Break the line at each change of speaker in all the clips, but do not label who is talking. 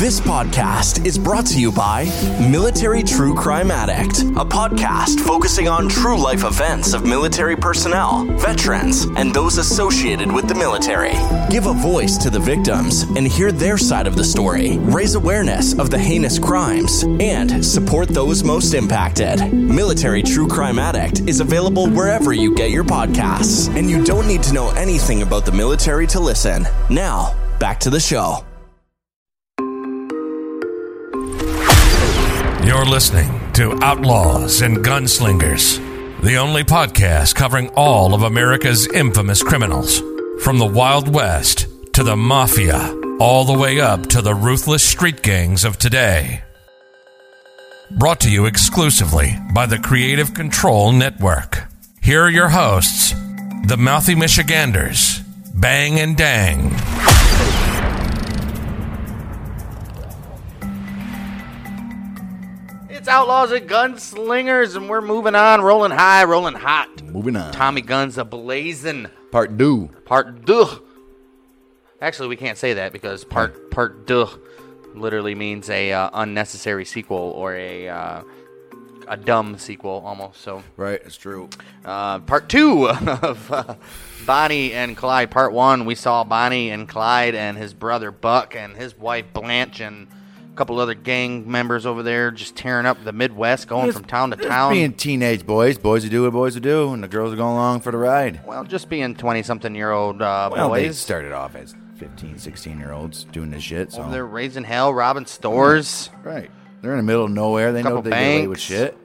This podcast is brought to you by Military True Crime Addict, a podcast focusing on true life events of military personnel, veterans, and those associated with the military. Give a voice to the victims and hear their side of the story, raise awareness of the heinous crimes, and support those most impacted. Military True Crime Addict is available wherever you get your podcasts, and you don't need to know anything about the military to listen. Now, back to the show.
You're listening to Outlaws and Gunslingers, the only podcast covering all of America's infamous criminals, from the Wild West to the Mafia, all the way up to the ruthless street gangs of today. Brought to you exclusively by the Creative Control Network. Here are your hosts, the Mouthy Michiganders, Bang and Dang.
It's Outlaws and Gunslingers, and we're moving on, rolling high, rolling hot.
Moving on.
Tommy Guns a blazing.
Part two.
Part deux. Actually, we can't say that because part part deux literally means a uh, unnecessary sequel or a uh, a dumb sequel almost. So,
Right, it's true.
uh, part two of uh, Bonnie and Clyde. Part one, we saw Bonnie and Clyde and his brother Buck and his wife Blanche and a couple other gang members over there just tearing up the Midwest, going from town to
Just
town.
Being teenage boys, boys who do what boys who do, and the girls are going along for the ride.
Well, just being 20 something year old uh,
Well, they
boys.
started off as 15, 16 year olds doing this shit. So
Over there raising hell, robbing stores.
right, they're in the middle of nowhere. They know
Couple
they get away
banks.
with shit.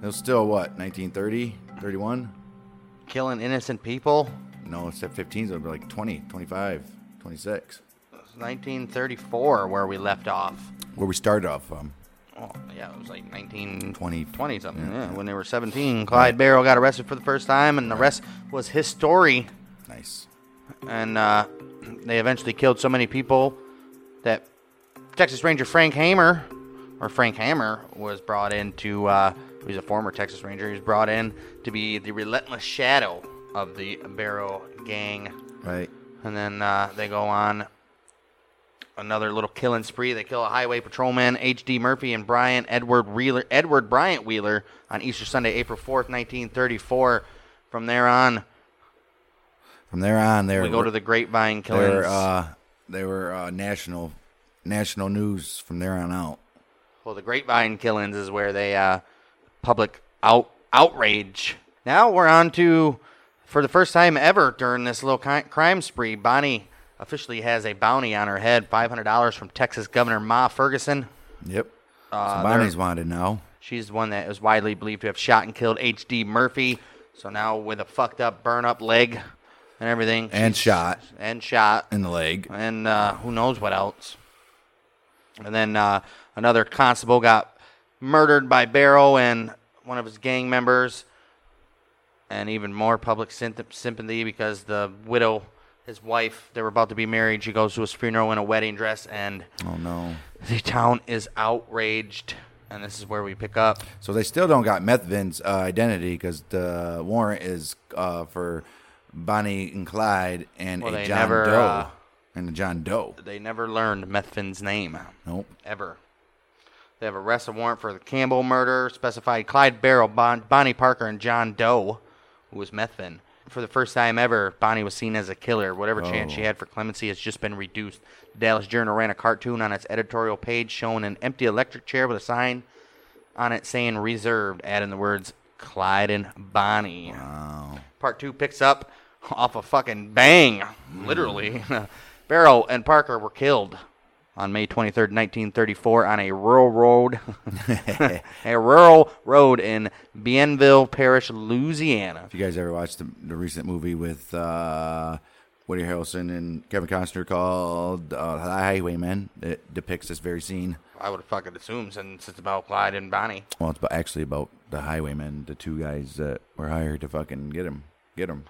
They're still what 1930, 31?
killing innocent people.
No, except 15s. It'll be like 20, 25, 26.
It's 1934 where we left off.
Where we started off from.
Oh, yeah, it was like 1920
20,
something. Yeah. when they were 17, Clyde Barrow got arrested for the first time, and the rest was his story.
Nice.
And uh, they eventually killed so many people that Texas Ranger Frank Hamer, or Frank Hammer, was brought in to. Uh, he's a former Texas Ranger. He was brought in to be the relentless shadow of the Barrow gang.
Right.
And then uh, they go on another little killing spree. They kill a highway patrolman, H.D. Murphy, and Brian Edward Wheeler, Edward Bryant Wheeler, on Easter Sunday, April fourth, nineteen thirty-four. From there on,
From there on, they
we go to the Grapevine
they were
killings.
uh, they were uh, national national news from there on out.
well, the Grapevine killings is where they uh, public out outrage. Now we're on to, for the first time ever during this little ki- crime spree, Bonnie officially has a bounty on her head, five hundred dollars from Texas Governor Ma Ferguson.
Yep. Uh, so Bonnie's wanted now.
She's the one that is widely believed to have shot and killed H.D. Murphy. So now with a fucked up, burn up leg and everything.
And
she's-
shot
And shot.
in the leg.
And uh, who knows what else. And then uh, another constable got murdered by Barrow and one of his gang members. And even more public sympth- sympathy because the widow, his wife, they were about to be married. She goes to his funeral in a wedding dress, and
Oh no.
the town is outraged. And this is where we pick up.
So they still don't got Methvin's uh, identity because the warrant is uh, for Bonnie and Clyde and
Well,
a
they
John
never,
Doe.
uh,
and a John Doe.
They never learned Methvin's name.
Nope.
Ever. They have arrest warrant for the Campbell murder, specified Clyde Barrow, bon- Bonnie Parker, and John Doe, who was Methvin. For the first time ever, Bonnie was seen as a killer. Whatever chance she had for clemency has just been reduced. The Dallas Journal ran a cartoon on its editorial page showing an empty electric chair with a sign on it saying reserved, adding the words Clyde and Bonnie. Part two picks up off a fucking bang, literally. Barrow and Parker were killed on May 23rd, 1934, on a rural road, a rural road in Bienville Parish, Louisiana.
If you guys ever watched the, the recent movie with uh, Woody Harrelson and Kevin Costner called uh, The Highwaymen, it depicts this very scene.
I would fucking assume since it's about Clyde and Bonnie.
Well, it's about, actually about the Highwaymen, the two guys that were hired to fucking get him, get him.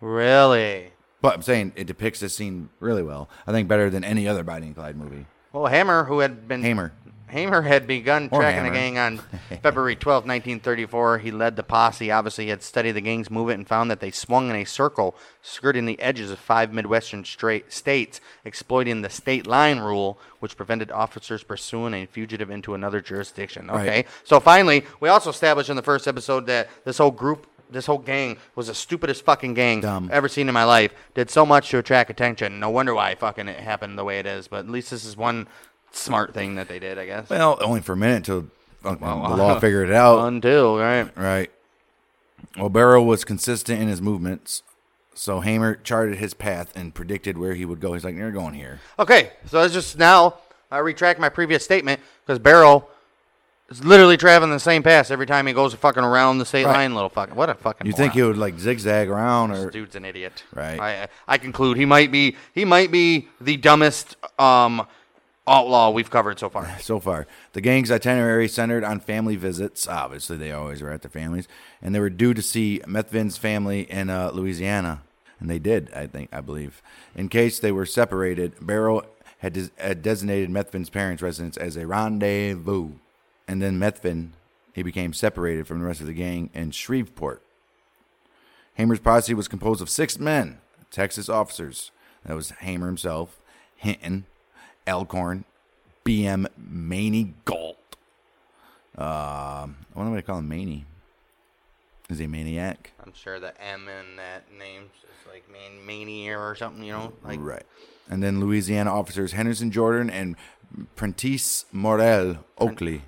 Really?
But I'm saying it depicts this scene really well. I think better than any other Bonnie and Clyde movie.
Well, Hammer, who had been
Hamer.
Hammerhead begun
Or
tracking the
Hammer.
gang on February 12, 1934. He led the posse. Obviously, he had studied the gang's movement and found that they swung in a circle, skirting the edges of five Midwestern straight states, exploiting the state line rule, which prevented officers pursuing a fugitive into another jurisdiction. Okay. So finally, we also established in the first episode that this whole group. This whole gang was the stupidest fucking gang
Dumb.
ever seen in my life. Did so much to attract attention. No wonder why fucking it happened the way it is. But at least this is one smart thing that they did, I guess.
Well, only for a minute until the law figured it out.
Until, right?
uh, Right. Obero was consistent in his movements, so Hamer charted his path and predicted where he would go. He's like, "You're going here."
Okay, so it's just now I retract my previous statement because Barrow is literally traveling the same pass every time he goes fucking around the state
Right.
line. Little fucking what a fucking.
You think he
moron.
would like zigzag around, or
This dude's an idiot?
Right.
I I conclude he might be he might be the dumbest um outlaw we've covered so far.
so far the gang's itinerary centered on family visits. Obviously, they always were at their families, and they were due to see Methvin's family in uh, Louisiana, and they did. I think I believe. In case they were separated, Barrow had, des- had designated Methvin's parents' residence as a rendezvous, and then Methvin he became separated from the rest of the gang in Shreveport. Hamer's posse was composed of six men, Texas officers. That was Hamer himself, Hinton, Elkhorn, BM Maney Galt. Um, I wonder what they call him Maney. Is he a maniac?
I'm sure the M in that name is like man mania or something. You know, like
right. And then Louisiana officers Henderson Jordan and Prentice Morel Oakley.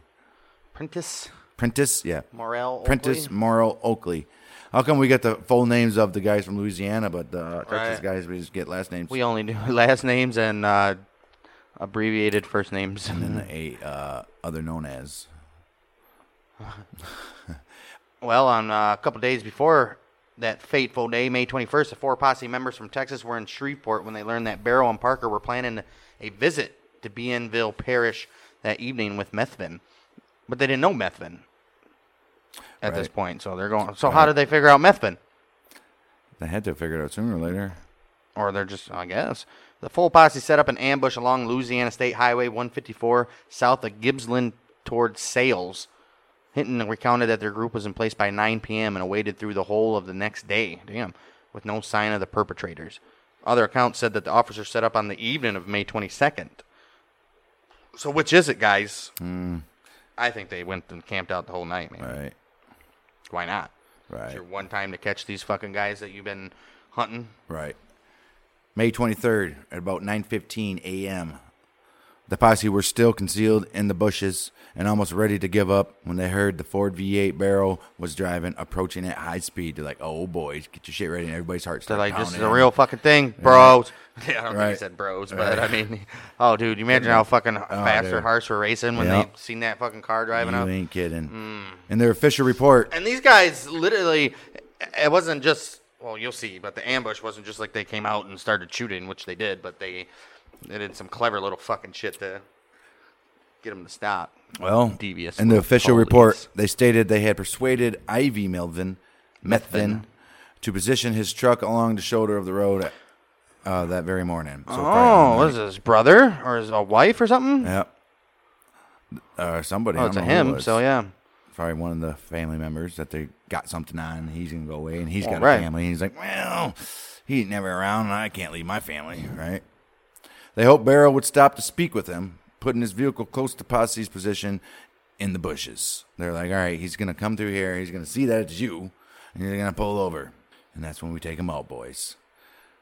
Prentice
Prentice, yeah.
Morel.
Prentice
Oakley?
Morel Oakley. How come we get the full names of the guys from Louisiana, but the Texas
Right.
guys we just get last names?
We only do last names and uh, abbreviated first names.
and a uh, other known as.
Well, on uh, a couple days before that fateful day, May 21st, the four posse members from Texas were in Shreveport when they learned that Barrow and Parker were planning a visit to Bienville Parish that evening with Methvin. But they didn't know Methvin at this
Right.
point, so they're going. So how did they figure out Methvin?
They had to figure it out sooner or later.
or they're just, I guess. The full posse set up an ambush along Louisiana State Highway 154 south of Gibbsland toward Sales. Hinton recounted that their group was in place by 9 p.m. and awaited through the whole of the next day. Damn, with no sign of the perpetrators. Other accounts said that the officers set up on the evening of May 22nd. So which is it, guys? I think they went and camped out the whole night, man.
Hmm. Right.
Why not? It's
Right.
your one time to catch these fucking guys that you've been hunting.
Right. May 23rd at about 9:15 a.m. The posse were still concealed in the bushes and almost ready to give up when they heard the Ford V8 barrel was driving, approaching at high speed. They're like, "Oh boys, get your shit ready!" And everybody's heart
They're
starts
like, this is a
pounding.
real fucking thing, bros. Yeah, I don't think he
Right. Oh,
said bros, but I mean, oh, dude, you imagine how fucking fast their
dude.
hearts were racing when
Yep.
they seen that fucking car driving
You
up.
ain't kidding.
Mm.
In their official report,
And these guys literally, it wasn't just, well, you'll see, but the ambush wasn't just like they came out and started shooting, which they did, but they, they did some clever little fucking shit to get them to stop.
well,
Devious
In the
little
official
police.
report, they stated they had persuaded Ivy Melvin, Methvin, to position his truck along the shoulder of the road uh, that very morning. So Friday
Oh,
morning.
what is this, his brother or his a wife or something?
Yep. Uh, somebody.
oh,
I
it's a
don't know who it
him,
was.
so yeah.
Probably one of the family members that they got something on. He's gonna go away, and he's got
Right.
a family. he's like, well, he ain't never around, and I can't leave my family, right? They hoped Barrow would stop to speak with him, putting his vehicle close to Posse's position in the bushes. They're like, all right, he's gonna come through here. He's gonna see that it's you, and you're gonna pull over, and that's when we take him out, boys.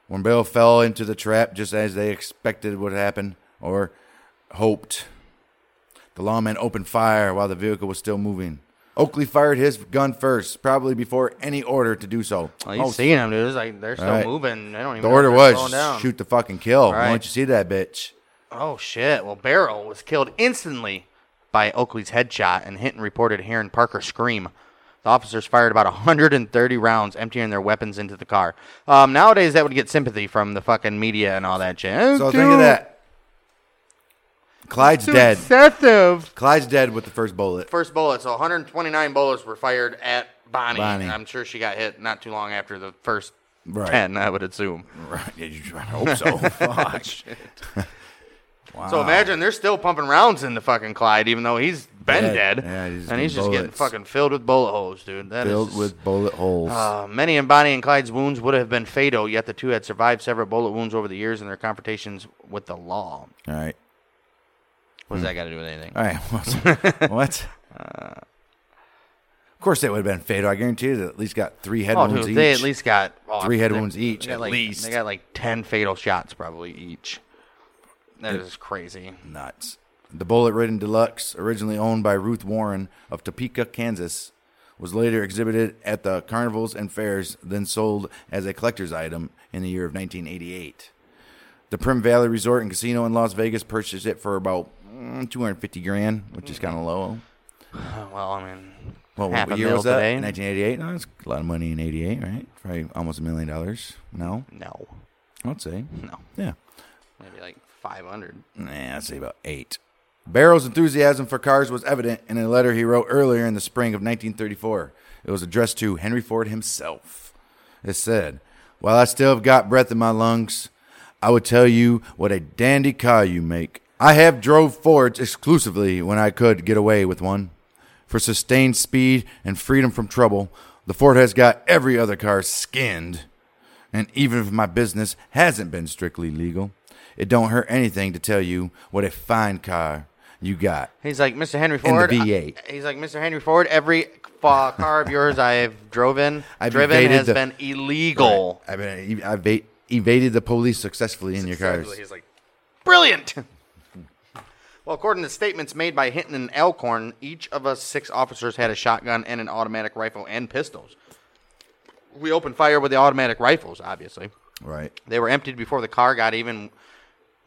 When Barrow fell into the trap, just as they expected would happen, or hoped. The lawmen opened fire while the vehicle was still moving. Oakley fired his gun first, probably before any order to do so.
Well, you
Oh,
seeing them, dude. It's like they're still
Right.
moving. They don't even
the
know
order
if they're slowing
was
down.
shoot the fucking kill.
Right.
Once you see that bitch,
Oh shit! Well, Barrow was killed instantly by Oakley's headshot, and Hinton reported hearing Parker scream. The officers fired about 130 rounds, emptying their weapons into the car. Um, nowadays, that would get sympathy from the fucking media and all that shit. Eh,
so
dude,
think of that. Clyde's
too
dead.
Excessive.
Clyde's dead with the first bullet.
First bullet. So 129 bullets were fired at Bonnie.
Bonnie.
I'm sure she got hit not too long after the first
Right.
ten. I would assume.
Right. I hope so. Fuck.
So imagine they're still pumping rounds into fucking Clyde, even though he's been
Dead.
dead,
Yeah, he's
and he's
getting
just getting
bullets.
fucking filled with bullet holes, dude. That is
Filled
just-
with bullet holes.
Uh, many in Bonnie and Clyde's wounds would have been fatal, yet the two had survived several bullet wounds over the years in their confrontations with the law.
All right.
What does that got to do with anything?
Hmm. All right. What? what? of course, they would have been fatal. I guarantee you, they at least got three head
Oh,
wounds
dude,
each.
they at least got oh,
Three head
they-
wounds each,
They got
at
like,
least.
they got like ten fatal shots probably each. That is crazy.
nuts. The bullet ridden deluxe, originally owned by Ruth Warren of Topeka, Kansas, was later exhibited at the carnivals and fairs, then sold as a collector's item in the year of 1988. The Prim Valley Resort and Casino in Las Vegas purchased it for about mm, 250 grand, which is kind of low.
Oh, Well, I mean,
Well,
half
what
a
year
mil
was that?
today.
1988. No, that's a lot of money in '88, right? Probably almost a million dollars. No,
No,
I'd say.
no,
Yeah.
maybe like five hundred.
Nah, I'd say about eight. Barrow's enthusiasm for cars was evident in a letter he wrote earlier in the spring of 1934. It was addressed to Henry Ford himself. It said, While I still have got breath in my lungs, I would tell you what a dandy car you make. I have drove Fords exclusively when I could get away with one. For sustained speed and freedom from trouble, the Ford has got every other car skinned. And even if my business hasn't been strictly legal, it don't hurt anything to tell you what a fine car you got.
He's like Mr. Henry
the
Ford. I-
V8.
he's like Mr. Henry Ford. Every fa- car of yours I've driven,
I've
driven
evaded
has
the-
been illegal.
I've been, I've va- evaded the police successfully in your cars.
He's like, brilliant. well, according to statements made by Hinton and Elkhorn, each of us six officers had a shotgun and an automatic rifle and pistols. We opened fire with the automatic rifles, obviously.
Right.
They were emptied before the car got even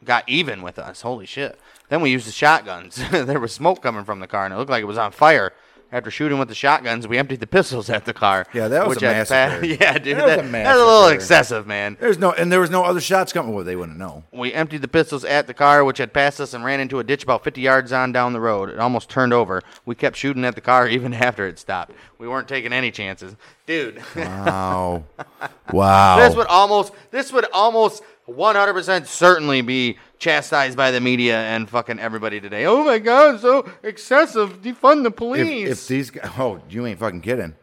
got even with us. Holy shit. Then we used the shotguns. there was smoke coming from the car and it looked like it was on fire. After shooting with the shotguns, we emptied the pistols at the car.
Yeah, that was
which
a
had pa-
massacre.
yeah, dude.
That was
That,
a
that was a little
massacre.
excessive, man.
There's no, and there was no other shots coming. Well, they wouldn't know.
We emptied the pistols at the car, which had passed us, and ran into a ditch about 50 yards on down the road. It almost turned over. We kept shooting at the car even after it stopped. We weren't taking any chances, dude.
Wow. Oh, wow.
this would almost, this would almost 100% certainly be chastised by the media and fucking everybody today. Oh my god, so excessive! Defund the
if,
police.
if these, g- oh, you ain't fucking kidding.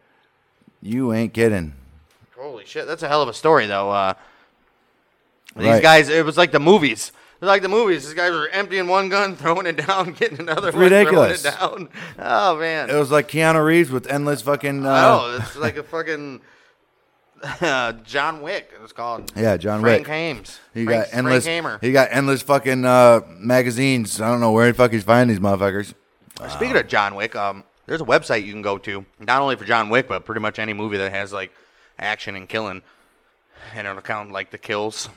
You ain't kidding.
Holy shit, that's a hell of a story, though. Uh, these
Right.
guys, it was like the movies. It was like the movies. These guys were emptying one gun, throwing it down, getting another one,
ridiculous.
throwing it down. Oh man,
It was like Keanu Reeves with endless fucking. Uh,
oh, it's like a fucking uh, John Wick. It was called.
Yeah, John
Frank
Wick.
Hames.
He
Frank,
got endless.
Frank Hamer.
He got endless fucking uh, magazines. I don't know where the fuck he's finding these motherfuckers.
Speaking of John Wick, um, there's a website you can go to, not only for John Wick, but pretty much any movie that has like action and killing, and it'll count like the kills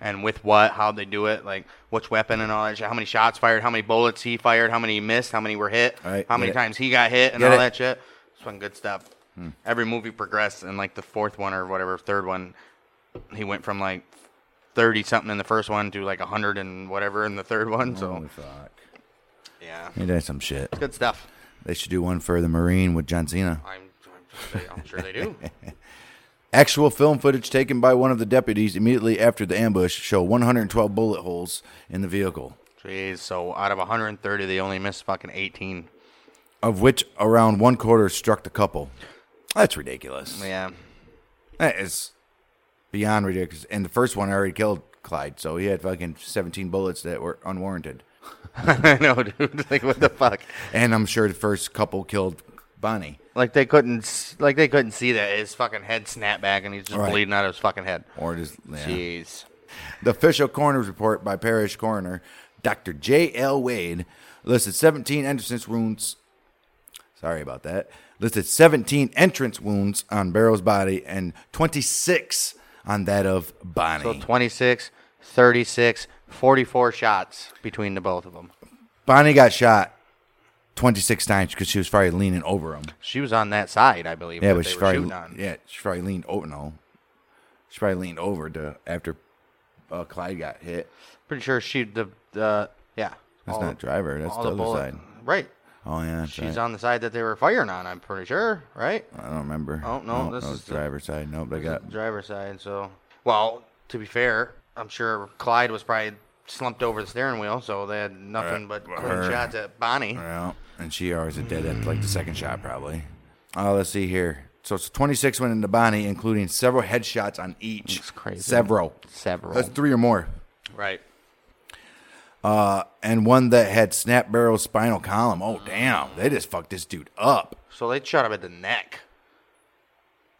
and with what, how they do it, like which weapon and all that shit, how many shots fired, how many bullets he fired, how many he missed, how many were hit,
Right,
how
get
many
it.
times he got hit, and
Get
all
it. Hmm.
that shit. It's some good stuff. Every movie progressed, and like the fourth one or whatever, third one, he went from like. 30 something in the first one to like 100 and whatever in the third one. So,
fuck.
yeah,
He did some shit.
good stuff.
They should do one for the Marine with John Cena.
I'm, I'm, they- I'm sure they do.
Actual film footage taken by one of the deputies immediately after the ambush show 112 bullet holes in the vehicle,
Jeez, so out of 130, they only missed fucking 18.
of which around one quarter struck the couple. That's ridiculous.
Yeah.
That is beyond ridiculous. And the first one already killed Clyde, so he had fucking 17 bullets that were unwarranted.
I know, dude. Like, what the fuck?
And I'm sure the first couple killed Bonnie.
Like they couldn't, s- like they couldn't see that his fucking head snapped back and he's just
Right.
bleeding out of his fucking head.
Or just yeah.
Jeez.
The official coroner's report by parish coroner Dr. J. L. Wade listed 17 entrance wounds. Sorry about that. Listed 17 entrance wounds on Barrow's body and 26 on that of Bonnie.
So 26, 36, 44 shots between the both of them.
Bonnie got shot 26 times because she was probably leaning over him.
She was on that side, I believe.
Yeah,
that
but
they
she
were
probably
shooting on.
yeah she probably leaned over. No, she probably leaned over to after uh, Clyde got hit.
Pretty sure she the the yeah.
That's
all-
not driver. That's
all
the, other
bullet-
side.
Right.
Oh yeah, that's
She's
right.
on the side that they were firing on. I'm pretty sure. Right.
I don't remember.
Oh, no,
Nope,
this
that
is
was
the-
driver's side. Nope, I got
driver's side. So, well, to be fair, I'm sure Clyde was probably slumped over the steering wheel, so they had nothing but clean
Her.
shots at Bonnie.
Well, and she always a dead end, like
Hmm.
the second shot, probably. Oh, let's see here. So it's 26 went into Bonnie, including several headshots on each.
That's crazy.
Several.
Several.
That's three or more.
Right.
And one that had snap barrel spinal column. Oh, damn. They just fucked this dude up.
So they shot him at the neck.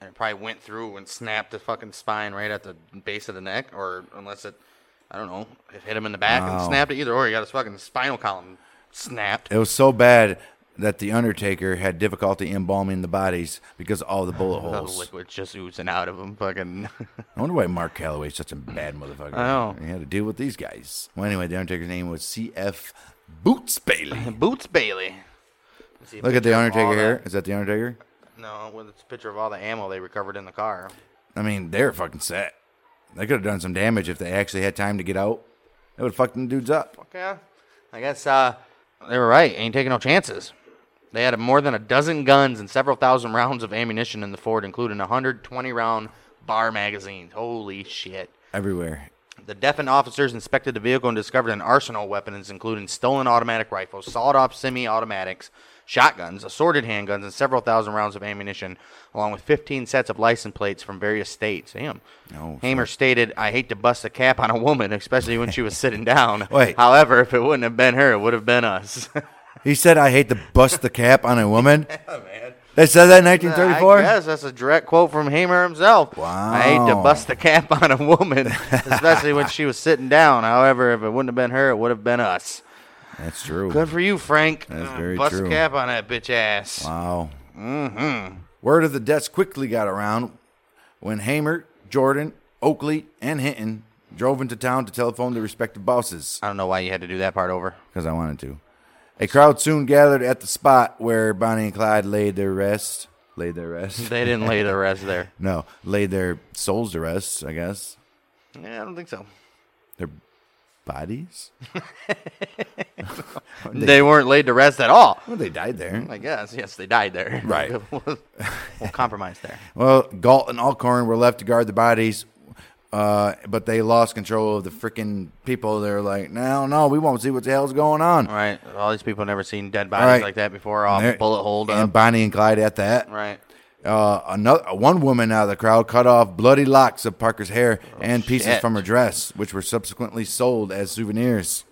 And it probably went through and snapped the fucking spine right at the base of the neck, or unless it, I don't know, it hit him in the back and snapped it either, or he got his fucking spinal column snapped.
It was so bad that the Undertaker had difficulty embalming the bodies because of all the bullet
The
holes.
liquid's just oozing out of him. Fucking.
I wonder why Mark Calloway's such a bad motherfucker.
I know.
He had to deal with these guys. Well, anyway, the Undertaker's name was C.F. Boots Bailey.
Boots Bailey. Let's see a
Look at
picture
the
of all
Undertaker
the-
here. Is that the Undertaker?
No, well, it's a picture of all the ammo they recovered in the car.
I mean, they're fucking set. They could have done some damage if they actually had time to get out. They would have fucked them dudes up.
Okay. I guess uh, they were right. Ain't taking no chances. They had more than a dozen guns and several thousand rounds of ammunition in the Ford, including a 120 round bar magazines. Holy shit.
Everywhere.
The deafened officers inspected the vehicle and discovered an arsenal of weapons, including stolen automatic rifles, sawed off semi automatics, shotguns, assorted handguns, and several thousand rounds of ammunition, along with 15 sets of license plates from various states. Damn.
No,
Hamer stated, I hate to bust a cap on a woman, especially when she was sitting down.
Wait.
However, if it wouldn't have been her, it would have been us.
He said, I hate to bust the cap on a woman. They said that in
I
1934?
guess that's a direct quote from Hamer himself. I hate to
Wow.
bust the cap on a woman, especially when she was sitting down. However, if it wouldn't have been her, it would have been us.
That's true.
Good for you, Frank.
That's
Uh,
very
Bust
true.
a cap on that bitch ass.
Wow. Mm-hmm. Word of the deaths quickly got around when Hamer, Jordan, Oakley, and Hinton drove into town to telephone their respective bosses.
I don't know why you had to do that part over.
because I wanted to. A crowd soon gathered at the spot where Bonnie and Clyde laid their rest. Laid their rest?
They didn't lay the rest there.
No, laid their souls to rest, I guess.
Yeah, I don't think so.
Their bodies?
They, weren't laid to rest at all.
Well, they died there.
I guess. Yes, they died there.
Right.
well, compromise there.
Well, Galt and Alcorn were left to guard the bodies, uh, but they lost control of the freaking people. They're like, no, no, we won't see what the hell's going on.
All right. All these people never seen dead bodies
Right.
like that before. All
And they're-
bullet hole
And
up.
Bonnie and Clyde at that.
Right.
Uh, another one woman out of the crowd cut off bloody locks of Parker's hair and pieces
Oh, shit.
from her dress, which were subsequently sold as souvenirs.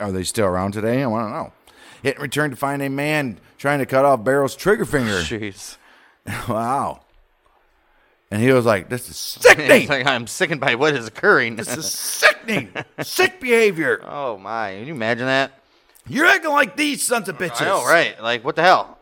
Are they still around today? I want to know. Hit and return to find a man trying to cut off Barrel's trigger finger.
Jeez.
wow. And he was like, "This is
It's
sickening.
like I'm sickened by what is occurring.
this is sickening. Sick behavior.
oh my! Can you imagine that?
You're acting like these sons of bitches."
I know, right? Like what the hell?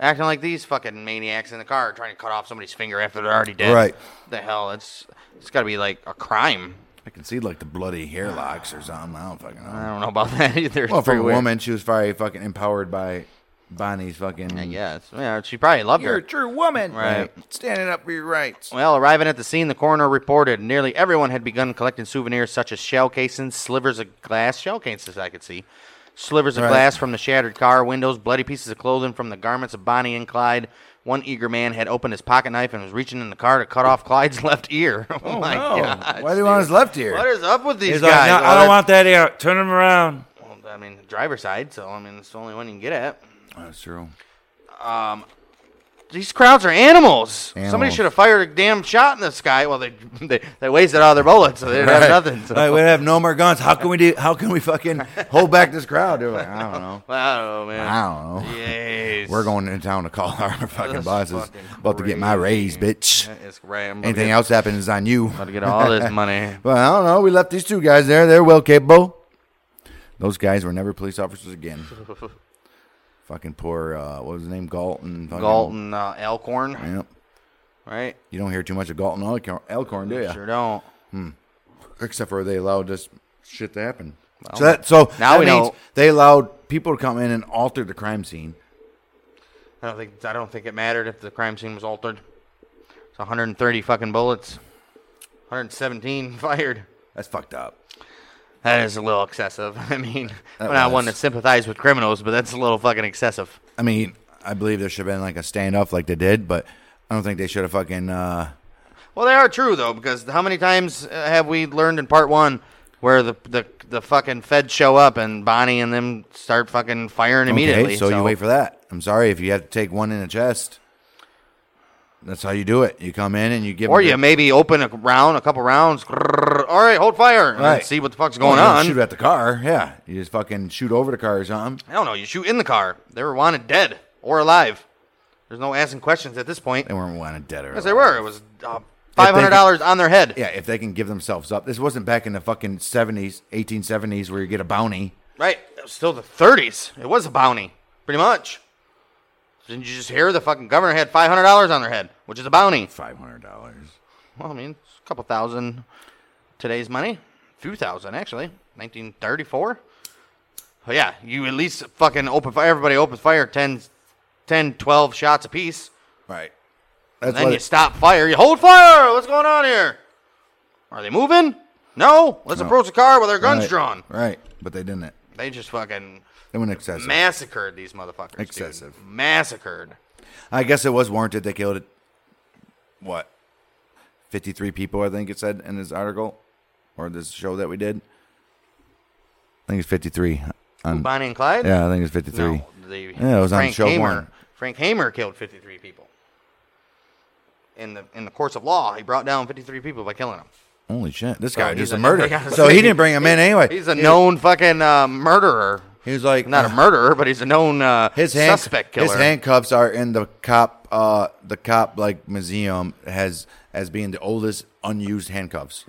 Acting like these fucking maniacs in the car trying to cut off somebody's finger after they're already dead.
Right.
The hell? It's it's got to be like a crime.
I can see like the bloody hair locks or something. I don't fucking know.
I don't know about that either. It's
Well, for
pretty
a
weird.
woman, she was probably fucking empowered by Bonnie's fucking.
I guess. Yeah, she probably loved her.
true woman.
Right.
Standing up for your rights.
Well, arriving at the scene, the coroner reported nearly everyone had begun collecting souvenirs such as shell casings, slivers of glass, shell cases I could see, slivers of
Right.
glass from the shattered car windows, bloody pieces of clothing from the garments of Bonnie and Clyde. One eager man had opened his pocket knife and was reaching in the car to cut off Clyde's left ear. Oh, my god!
Why do you want his left ear?
What is up with these
He's like,
guys?
no,
Well,
I don't want that here. Turn him around.
that's- well, I mean, driver's side, so I mean, it's the only one you can get at.
That's true.
These crowds are animals. Somebody
Animals.
should have fired a damn shot in this guy. Well, they they, they wasted all their bullets, so they didn't have nothing. So.
Like, we have no more guns. How can we do? How can we fucking hold back this crowd? They're like, I don't know.
Wow, man.
I don't know.
Yes.
We're going in town to call our fucking
That's
bosses.
fucking
About to get my raise,
crazy.
bitch.
That is great. I'm about
Anything
to get,
else happens is on you.
About to get all this money.
Well, I don't know. We left these two guys there. They're well capable. Those guys were never police officers again. fucking poor. Uh, what was his name? Galton. Fucking,
Galton uh, Elkhorn,
Yep.
right?
You don't hear too much of Galton Elcorn, Elcorn do you?
Sure don't.
except for they allowed this shit to happen. so that so
now
that
we
means
know.
they allowed people to come in and alter the crime scene.
I don't think I don't think it mattered if the crime scene was altered. It's 130 fucking bullets. 117 fired.
That's fucked up.
That is a little excessive. I mean,
That
I'm not one
was.
to sympathize with criminals, but that's a little fucking excessive.
I mean, I believe there should have been like a standoff like they did, but I don't think they should have fucking uh
Well, they are true though, because how many times uh, have we learned in part one where the the the fucking feds show up and Bonnie and them start fucking firing immediately.
Okay, so, you wait for that. I'm sorry if you have to take one in the chest. That's how you do it. You come in and you give.
or
them
you
the-
maybe open a round, a couple rounds. grrr, All right, hold fire and
Right.
see what the fuck's
Oh,
going
you don't
on.
Shoot at the car. Yeah, you just fucking shoot over the car or something.
I don't know. You shoot in the car. They were wanted dead or alive. There's no asking questions at this point.
They weren't wanted dead or
Yes, they
alive.
were. It was uh, five hundred dollars on their head.
Yeah, if they can give themselves up. This wasn't back in the fucking seventies, eighteen seventies, where you get a bounty.
Right. It was still the 30s. It was a bounty, pretty much. Didn't you just hear the fucking governor had five hundred dollars on their head, which is a bounty?
Five hundred dollars.
Well, I mean, it's a couple thousand today's money. A few thousand, actually. 1934. But yeah, you at least fucking open fire. Everybody opens fire 10, 10 12 shots apiece.
Right. That's
And then
what
you stop fire. You hold fire. What's going on here? Are they moving? No. Let's approach the car with our guns
right.
drawn.
Right, but they didn't.
They just fucking
They went excessive.
massacred these motherfuckers. dude.
Excessive.
Massacred.
I guess it was warranted. They killed what fifty-three people. I think it said in this article or this show that we did. I think it's fifty-three. On,
Bonnie and Clyde?
Mm. yeah, I think it's fifty-three.
No, the
Yeah, it was on
Frank
show
Hamer.
one.
Frank Hamer killed 53 people. In the in the course of law, he brought down 53 people by killing them.
Holy shit! This guy
he's
just
a-
a murder.
yeah,
So he didn't bring him in anyway.
He's a known fucking uh, murderer.
He was like
Not a murderer, but he's a known uh,
his hand,
suspect killer.
His handcuffs are in the cop, uh, the cop like museum has as being the oldest unused handcuffs.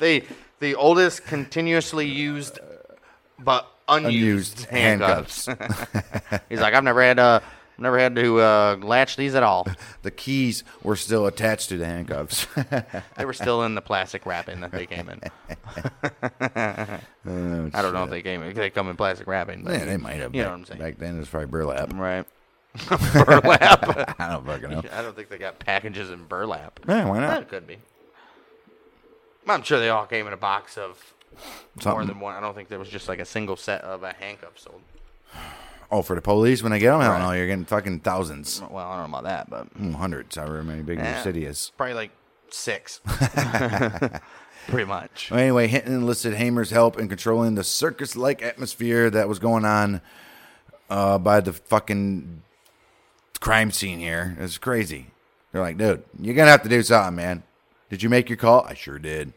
the the oldest continuously used but unused,
Unused
handcuffs. He's like, I've never had uh, never had to uh, latch these at all.
the keys were still attached to the handcuffs.
They were still in the plastic wrapping that they came in. I don't know if they came in. They come in plastic wrapping. But
yeah, they might have.
You
back,
know what I'm saying?
Back then, it was probably burlap.
Right. burlap.
I don't fucking know.
I don't think they got packages in burlap.
Yeah, why
That
not?
could be. I'm sure they all came in a box of more
Something.
than one. I don't think there was just like a single set of a handcuff sold.
oh, for the police when they get them, I don't
Right.
know. You're getting fucking thousands,
Well, I don't know about that, but
Mm, hundreds, however many big your
Yeah.
city is.
probably like six. Pretty much.
Well, Anyway, Hinton enlisted Hamer's help in controlling the circus like atmosphere that was going on uh, by the fucking crime scene here. It's crazy. They're like, dude, you're going to have to do something, man. Did you make your call? I sure did.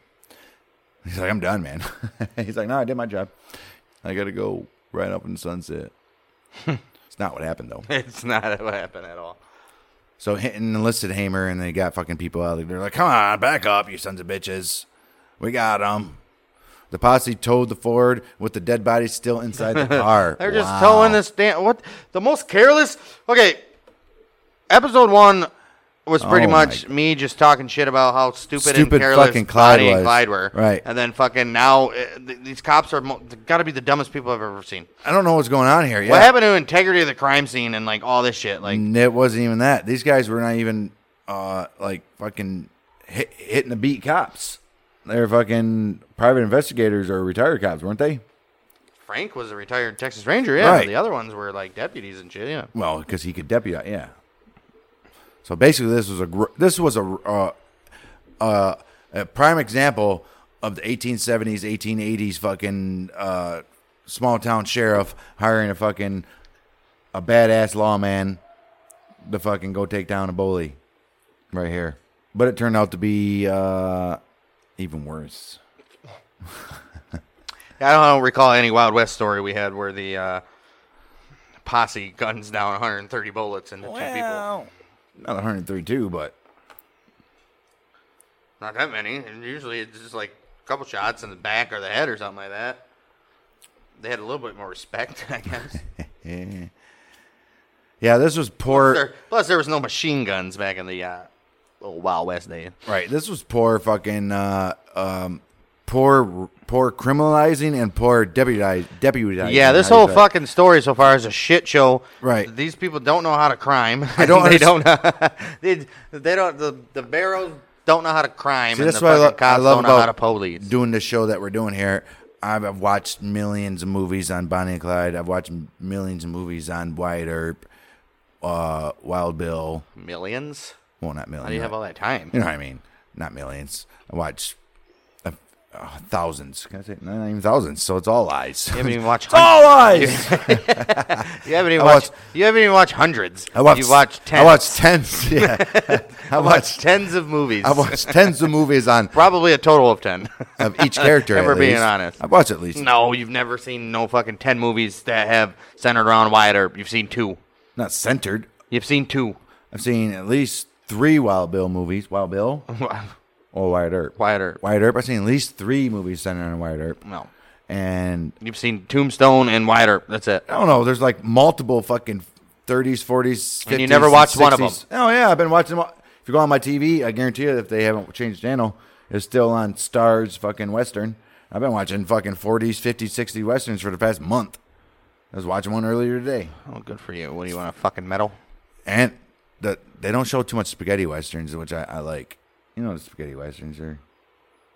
He's like, I'm done, man. He's like, no, I did my job. I got to go right up in the sunset. it's not what happened, though.
It's not what happened at all.
So Hinton enlisted Hamer, and they got fucking people out. They're like, "Come on, back up, you sons of bitches! We got them." The posse towed the Ford with the dead bodies still inside the car.
They're
Wow.
just towing this damn. What the most careless? Okay, episode one was pretty
Oh my
much me just talking shit about how stupid,
Stupid
and careless
fucking Clyde
Bonnie and
was.
Clyde were.
Right.
and then fucking now uh, th- these cops are mo- got to be the dumbest people I've ever seen.
I don't know what's going on here. Yeah,
What happened to integrity of the crime scene and like all this shit? Like
And It wasn't even that. These guys were not even uh, like fucking hit, hitting the beat cops. They were fucking private investigators or retired cops, weren't they?
Frank was a retired Texas Ranger. Yeah, but
Right.
the other ones were like deputies and shit. Yeah,
Well, because he could deputize. Yeah. So basically, this was a gr- this was a uh, uh, a prime example of the 1870s, 1880s fucking uh, small town sheriff hiring a fucking a badass lawman to fucking go take down a bully right here. But it turned out to be uh, even worse.
I don't recall any Wild West story we had where the uh, posse guns down 130 bullets into two people.
not 132, but
Not that many. And usually it's just like a couple shots in the back or the head or something like that. They had a little bit more respect, I guess.
eh. yeah, this was poor.
There- Plus, there was no machine guns back in the uh, old Wild West days.
Right. This was poor fucking uh, um, poor poor criminalizing and poor deputize deputizing.
Yeah, this
How do you
whole
say it?
fucking story so far is a shit show.
Right.
These people don't know how to crime.
I don't
they don't. they, they don't. The, the barrels don't know how to crime.
See,
and
that's
the
what I,
fucking
lo- I
cops
love
don't know how to
about
police.
doing the show that we're doing here. I've, I've watched millions of movies on Bonnie and Clyde. I've watched m- millions of movies on Wyatt Earp, uh, Wild Bill.
Millions?
Well, not millions.
How do you have all that time?
You know what I mean? Not millions. I watched. I've, uh, thousands. Can I say no, not even thousands? So it's all lies.
You haven't even watched.
it's all lies.
You haven't even
I
watched.
watched-
you haven't even watched hundreds.
I watched.
You watched tens.
I watched tens. Yeah. I watched.
tens of movies.
I watched tens of movies on
Probably a total of ten.
of each character.
If
at
we're being
least.
honest.
I watched at least
no, you've never seen no fucking ten movies that have centered around Wyatt Earp. You've seen two.
not centered.
You've seen two.
I've seen at least three Wild Bill movies. Wild Bill or Wyatt Earp.
Wyatt Earp.
Wyatt Earp. I've seen at least three movies centered on Wyatt Earp.
No.
And
You've seen Tombstone and Wyatt Earp. That's it.
I don't know. There's like multiple fucking 30s, 40s, 50s,
And you never watched one of
60s. Oh yeah, I've been watching. them all. If you go on my TV, I guarantee you, if they haven't changed channel, it's still on Stars fucking Western. I've been watching fucking 40s, 50s, 60s westerns for the past month. I was watching one earlier today,
Oh, good for you. What do you want? A fucking medal?
and the, they don't show too much spaghetti westerns, which I, I like. You know, the spaghetti westerns are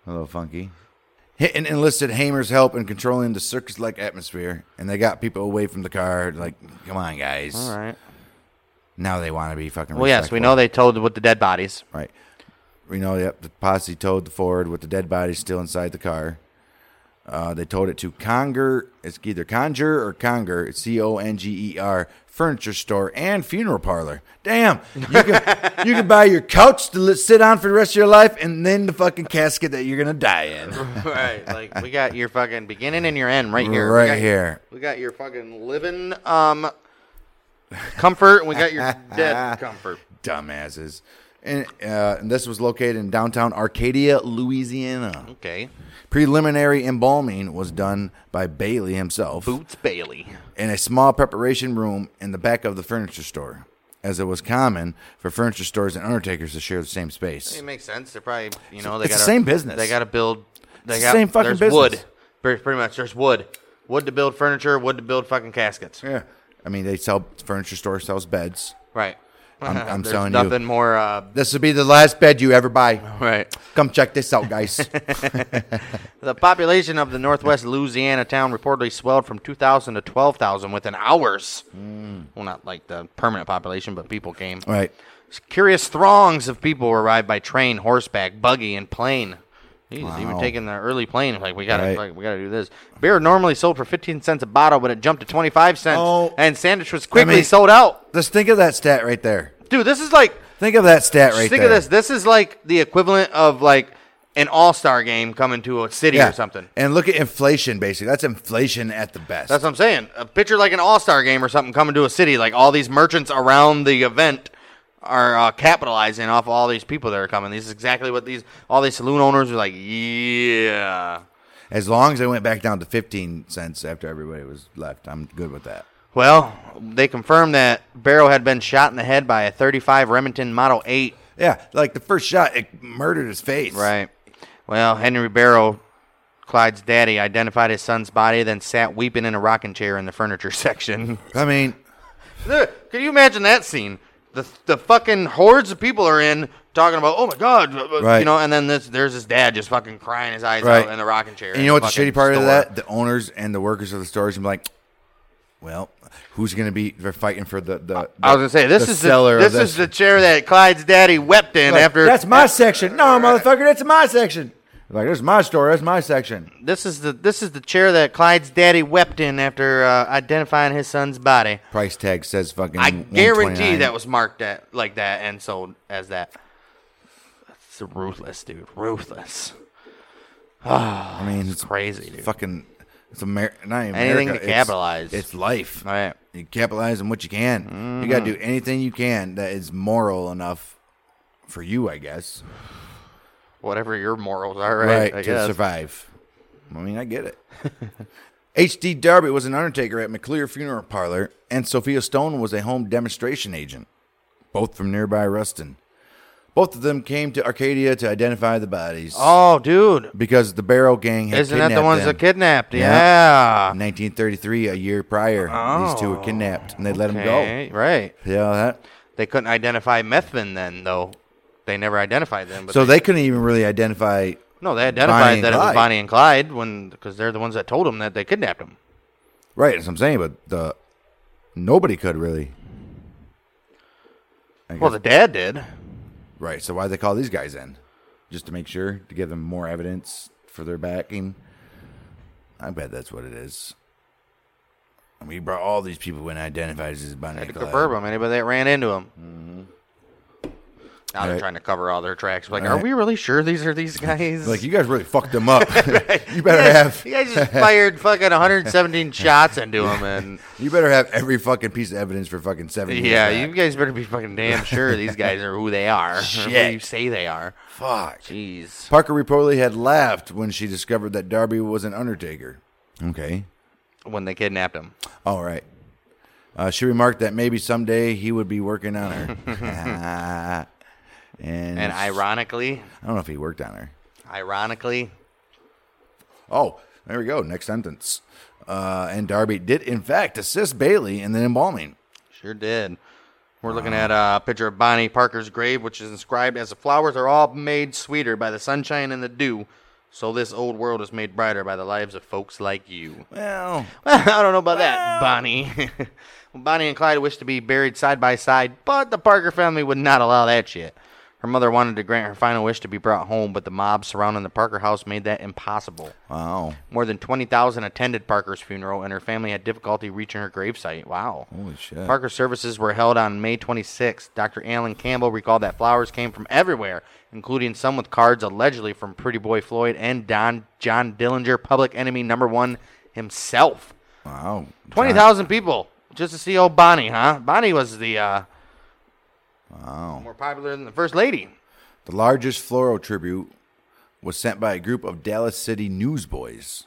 a little funky. Hinton enlisted Hamer's help in controlling the circus-like atmosphere, and they got people away from the car. Like, come on, guys.
All right.
Now they want to be fucking.
Well, yes, we know
respectful.
they told with the dead bodies.
Right. We know. Yep. The posse towed the Ford with the dead body still inside the car. Uh, they towed it to Conger. It's either Conger or Conger. It's C O N G E R furniture store and funeral parlor. Damn, you can you can buy your couch to li- sit on for the rest of your life, and then the fucking casket that you're gonna die in.
right. Like we got your fucking beginning and your end right here. We
Right
got-
here.
We got your fucking living um comfort and we got your dead comfort.
Dumbasses. And, uh, and this was located in downtown Arcadia, Louisiana.
Okay.
Preliminary embalming was done by Bailey himself
Boots Bailey.
in a small preparation room in the back of the furniture store, as it was common for furniture stores and undertakers to share the same space.
It makes sense. They're probably you know they
It's the
got
same business.
They got to build. They
It's the
got
same fucking
there's
business.
Wood. Pretty, pretty much. There's wood. Wood to build furniture. Wood to build fucking caskets.
Yeah. I mean, they sell furniture store sells beds.
Right.
I'm- I'm
there's
telling you.
nothing more. Uh,
This will be the last bed you ever buy.
right.
Come check this out, guys.
The population of the Northwest Louisiana town reportedly swelled from 2,000 to 12,000 within hours.
Mm.
Well, not like the permanent population, but people came.
right.
Curious throngs of people arrived by train, horseback, buggy, and plane. He's even taking the early plane. Like we gotta,
Right.
like, we gotta do this. Beer normally sold for 15 cents a bottle, but it jumped to 25 cents,
Oh.
and sandwich was quickly
mean-
sold out.
Let's think of that stat right there.
Dude, this is like,
Think of that stat right
think
there.
of this. This is like the equivalent of like an all-star game coming to a city or something.
And look at inflation, basically. That's inflation at the best.
That's what I'm saying. A picture like an All Star game or something coming to a city, like all these merchants around the event are uh, capitalizing off all these people that are coming. This is exactly what these all these saloon owners are like. Yeah.
as long as they went back down to 15 cents after everybody was left, I'm good with that.
Well, they confirmed that Barrow had been shot in the head by a 35 Remington Model 8.
Yeah, like the first shot, it murdered his face.
Right. Well, Henry Barrow, Clyde's daddy, identified his son's body, then sat weeping in a rocking chair in the furniture section.
I mean,
Look, Can you imagine that scene? The, the fucking hordes of people are in talking about, oh my god, uh, uh,"
Right.
you know, and then this, there's his dad just fucking crying his eyes
Right.
out in the rocking chair.
and
in
you know what the
fucking
shitty part of
store.
that? The owners and the workers of the stores would be like, well, who's going to be they're fighting for the the?
I was gonna say this
the
is
seller
the,
of
this, is the chair that Clyde's daddy wept in
Like,
after.
that's my section. No, motherfucker, that's my section. Like that's my store. That's my section.
This is the this is the chair that Clyde's daddy wept in after uh, identifying his son's body.
Price tag says fucking.
I
129.
guarantee that was marked at, like that and sold as that. That's ruthless, dude. Ruthless.
I mean, it's
Crazy, dude.
fucking. It's Amer- not even
Anything
America,
to
it's-
capitalize.
It's, life.
All right. Mm-hmm.
You capitalize on what you can. You got to do anything you can that is moral enough for you, I guess.
whatever your morals are, right?
right,
I
to
guess.
survive. I mean, I get it. H.D. Darby was an undertaker at McClear Funeral Parlor, and Sophia Stone was a home demonstration agent, both from nearby Ruston. Both of them came to Arcadia to identify the bodies
Oh, dude,
because the Barrow Gang had
isn't that the
kidnapped
ones
them.
that kidnapped?
Yeah.
Yeah.
In 1933, a year prior, these two were kidnapped, and they let them go.
Oh, Okay, Right.
Yeah, that.
They couldn't identify Methvin then, though. They never identified them. But
So they couldn't even really identify.
no, they
Bonnie
identified
and
that it
Clyde.
was Bonnie and Clyde when because they're the ones that told them that they kidnapped them.
Right, that's what I'm saying, but the nobody could really. I
Well,
guess.
the dad did.
Right. So why they call these guys in? Just to make sure to give them more evidence for their backing. I bet that's what it is. And we brought all these people when identified as Bonnie
They
Clyde. Mm-hmm.
could burp 'em, Anybody that ran into them. Now they're
Right.
trying to cover all their tracks. Like,
Right.
are we really sure these are these guys?
Like you guys really fucked them up. you better have
You guys just fired fucking 117 shots into him, and
you better have every fucking piece of evidence for fucking seven. years
yeah,
back.
you guys better be fucking damn sure these guys are who they are. or
Shit.
Who you say they are.
fuck.
Jeez.
Parker reportedly had laughed when she discovered that Darby was an Undertaker. Okay.
When they kidnapped him.
All right. Uh, she remarked that maybe someday he would be working on her. and
And ironically,
I don't know if he worked on her.
ironically,
Oh, there we go. Next sentence. Uh, and Darby did, in fact, assist Bailey in the embalming.
Sure did. We're looking at uh, a picture of Bonnie Parker's grave, which is inscribed as the flowers are all made sweeter by the sunshine and the dew, so this old world is made brighter by the lives of folks like you.
Well,
Well, I don't know about that, Bonnie. Bonnie and Clyde wished to be buried side by side, but the Parker family would not allow that shit. Her mother wanted to grant her final wish to be brought home, but the mob surrounding the Parker house made that impossible.
wow.
More than 20,000 attended Parker's funeral, and her family had difficulty reaching her gravesite. Wow.
Holy shit.
Parker's services were held on May 26th. Dr. Alan Campbell recalled that flowers came from everywhere, including some with cards allegedly from Pretty Boy Floyd and Don John Dillinger, public enemy number one himself.
Wow.
20,000 people just to see old Bonnie, huh? Bonnie was the uh,
Wow.
more popular than the First Lady.
The largest floral tribute was sent by a group of Dallas City newsboys.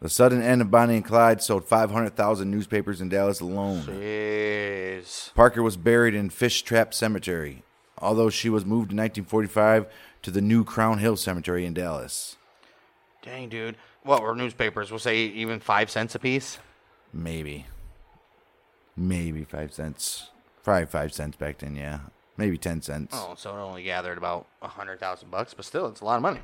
The sudden end of Bonnie and Clyde sold 500,000 newspapers in Dallas alone.
Jeez.
Parker was buried in Fish Trap Cemetery, although she was moved in 1945 to the new Crown Hill Cemetery in Dallas.
Dang, dude. What were newspapers? We'll say even five cents a piece.
Maybe. Maybe five cents. Probably five cents back then, yeah. Maybe 10 cents.
Oh, so it only gathered about a hundred thousand bucks, but still, it's a lot of money,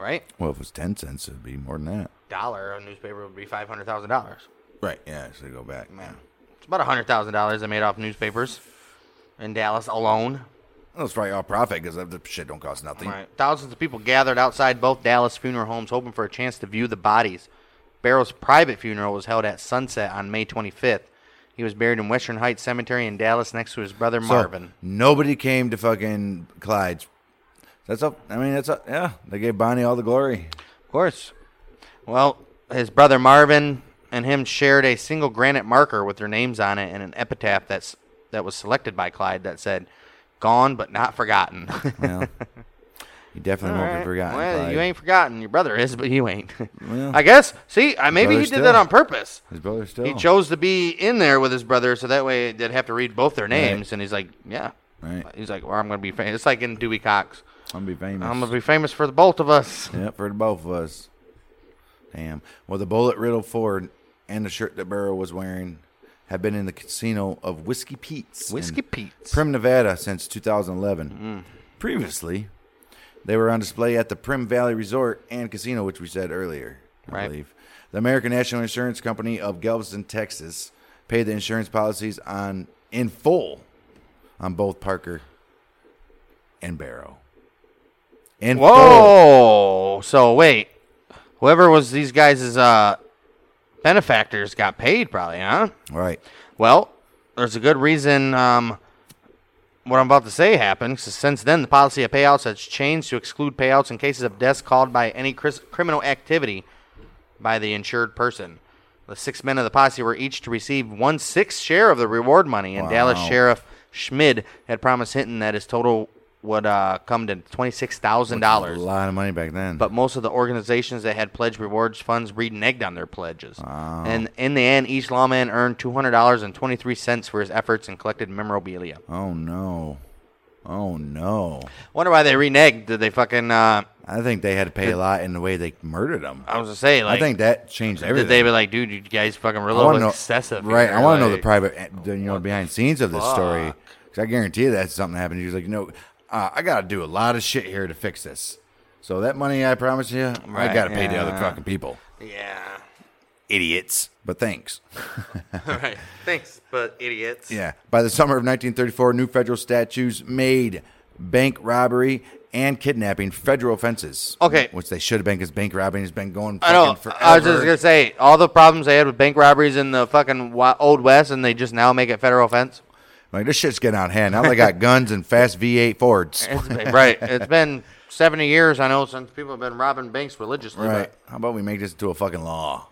right?
Well, if it was 10 cents, it'd be more than that.
Dollar a newspaper would be five hundred thousand dollars.
Right, yeah, so go back. Yeah.
It's about a hundred thousand dollars they made off newspapers in Dallas alone.
That's probably all profit because the shit don't cost nothing.
Right. Thousands of people gathered outside both Dallas funeral homes, hoping for a chance to view the bodies. Barrow's private funeral was held at sunset on May 25th. He was buried in Western Heights Cemetery in Dallas next to his brother
So,
Marvin.
Nobody came to fucking Clyde's. That's up. I mean, that's up. Yeah, they gave Bonnie all the glory.
Of course. Well, his brother Marvin and him shared a single granite marker with their names on it and an epitaph that's that was selected by Clyde that said "Gone but not forgotten."
Well, you definitely won't be forgotten.
Well,
Clyde.
you ain't forgotten. Your brother is, but you ain't.
Well.
I guess. See, I, maybe he did
brother's
that
still-
on purpose.
His brother still.
He chose to be in there with his brother, so that way they'd have to read both their names. And he's like, "Yeah."
Right.
He's like, "Well, I'm gonna be famous." It's like in Dewey Cox.
I'm gonna be famous.
I'm gonna be famous for the both of us.
Yep, for the both of us. Damn. Well, the bullet riddle Ford and the shirt that Burrow was wearing have been in the casino of Whiskey Pete's. in
Whiskey Pete's.
Prim, Nevada since 2011. Previously, they were on display at the Prim Valley Resort and Casino, which we said earlier, I
Right.
believe. The American National Insurance Company of Galveston, Texas, paid the insurance policies on in full on both Parker and Barrow. In full.
Whoa! So wait, whoever was these guys' uh, benefactors got paid, probably, huh?
Right.
Well, there's a good reason um, what I'm about to say happened. 'cause since then, the policy of payouts has changed to exclude payouts in cases of deaths caused by any cris- criminal activity by the insured person. The six men of the posse were each to receive one sixth share of the reward money, and Dallas
Wow.
Sheriff Schmid had promised Hinton that his total would uh, come to twenty-six thousand
A
dollars.
lot of money back then.
But most of the organizations that had pledged rewards funds reneged on their pledges. And in the end, each lawman earned $200.23 for his efforts and collected memorabilia.
oh no. Oh no.
Wonder why they reneged. Did they fucking, uh,
I think they had to pay a lot in the way they murdered them.
I was gonna say, like,
I think that changed everything.
did they be like, dude, you guys fucking were a
I
little
wanna know-
excessive?
Right.
here,
I want to know
like-
the private, uh, the, you know, behind scenes of this story. 'Cause
fuck?
I guarantee you that's something happened. He was like, you know, uh, I got to do a lot of shit here to fix this. So that money I promised you, I
Right,
got to pay the
yeah.
other fucking people.
Yeah.
Idiots. But thanks.
right. Thanks, but idiots.
Yeah. By the summer of 1934, new federal statutes made bank robbery and kidnapping federal offenses.
Okay.
Which they should have been because bank robbing has been going
I know.
fucking forever.
I was just gonna say all the problems they had with bank robberies in the fucking wi- old west, and they just now make it federal offense.
like, this shit's getting out of hand. Now they got guns and fast V8 Fords.
It's been- right. It's been seventy years, I know, since people have been robbing banks religiously.
Right.
but-
How about we make this into a fucking law?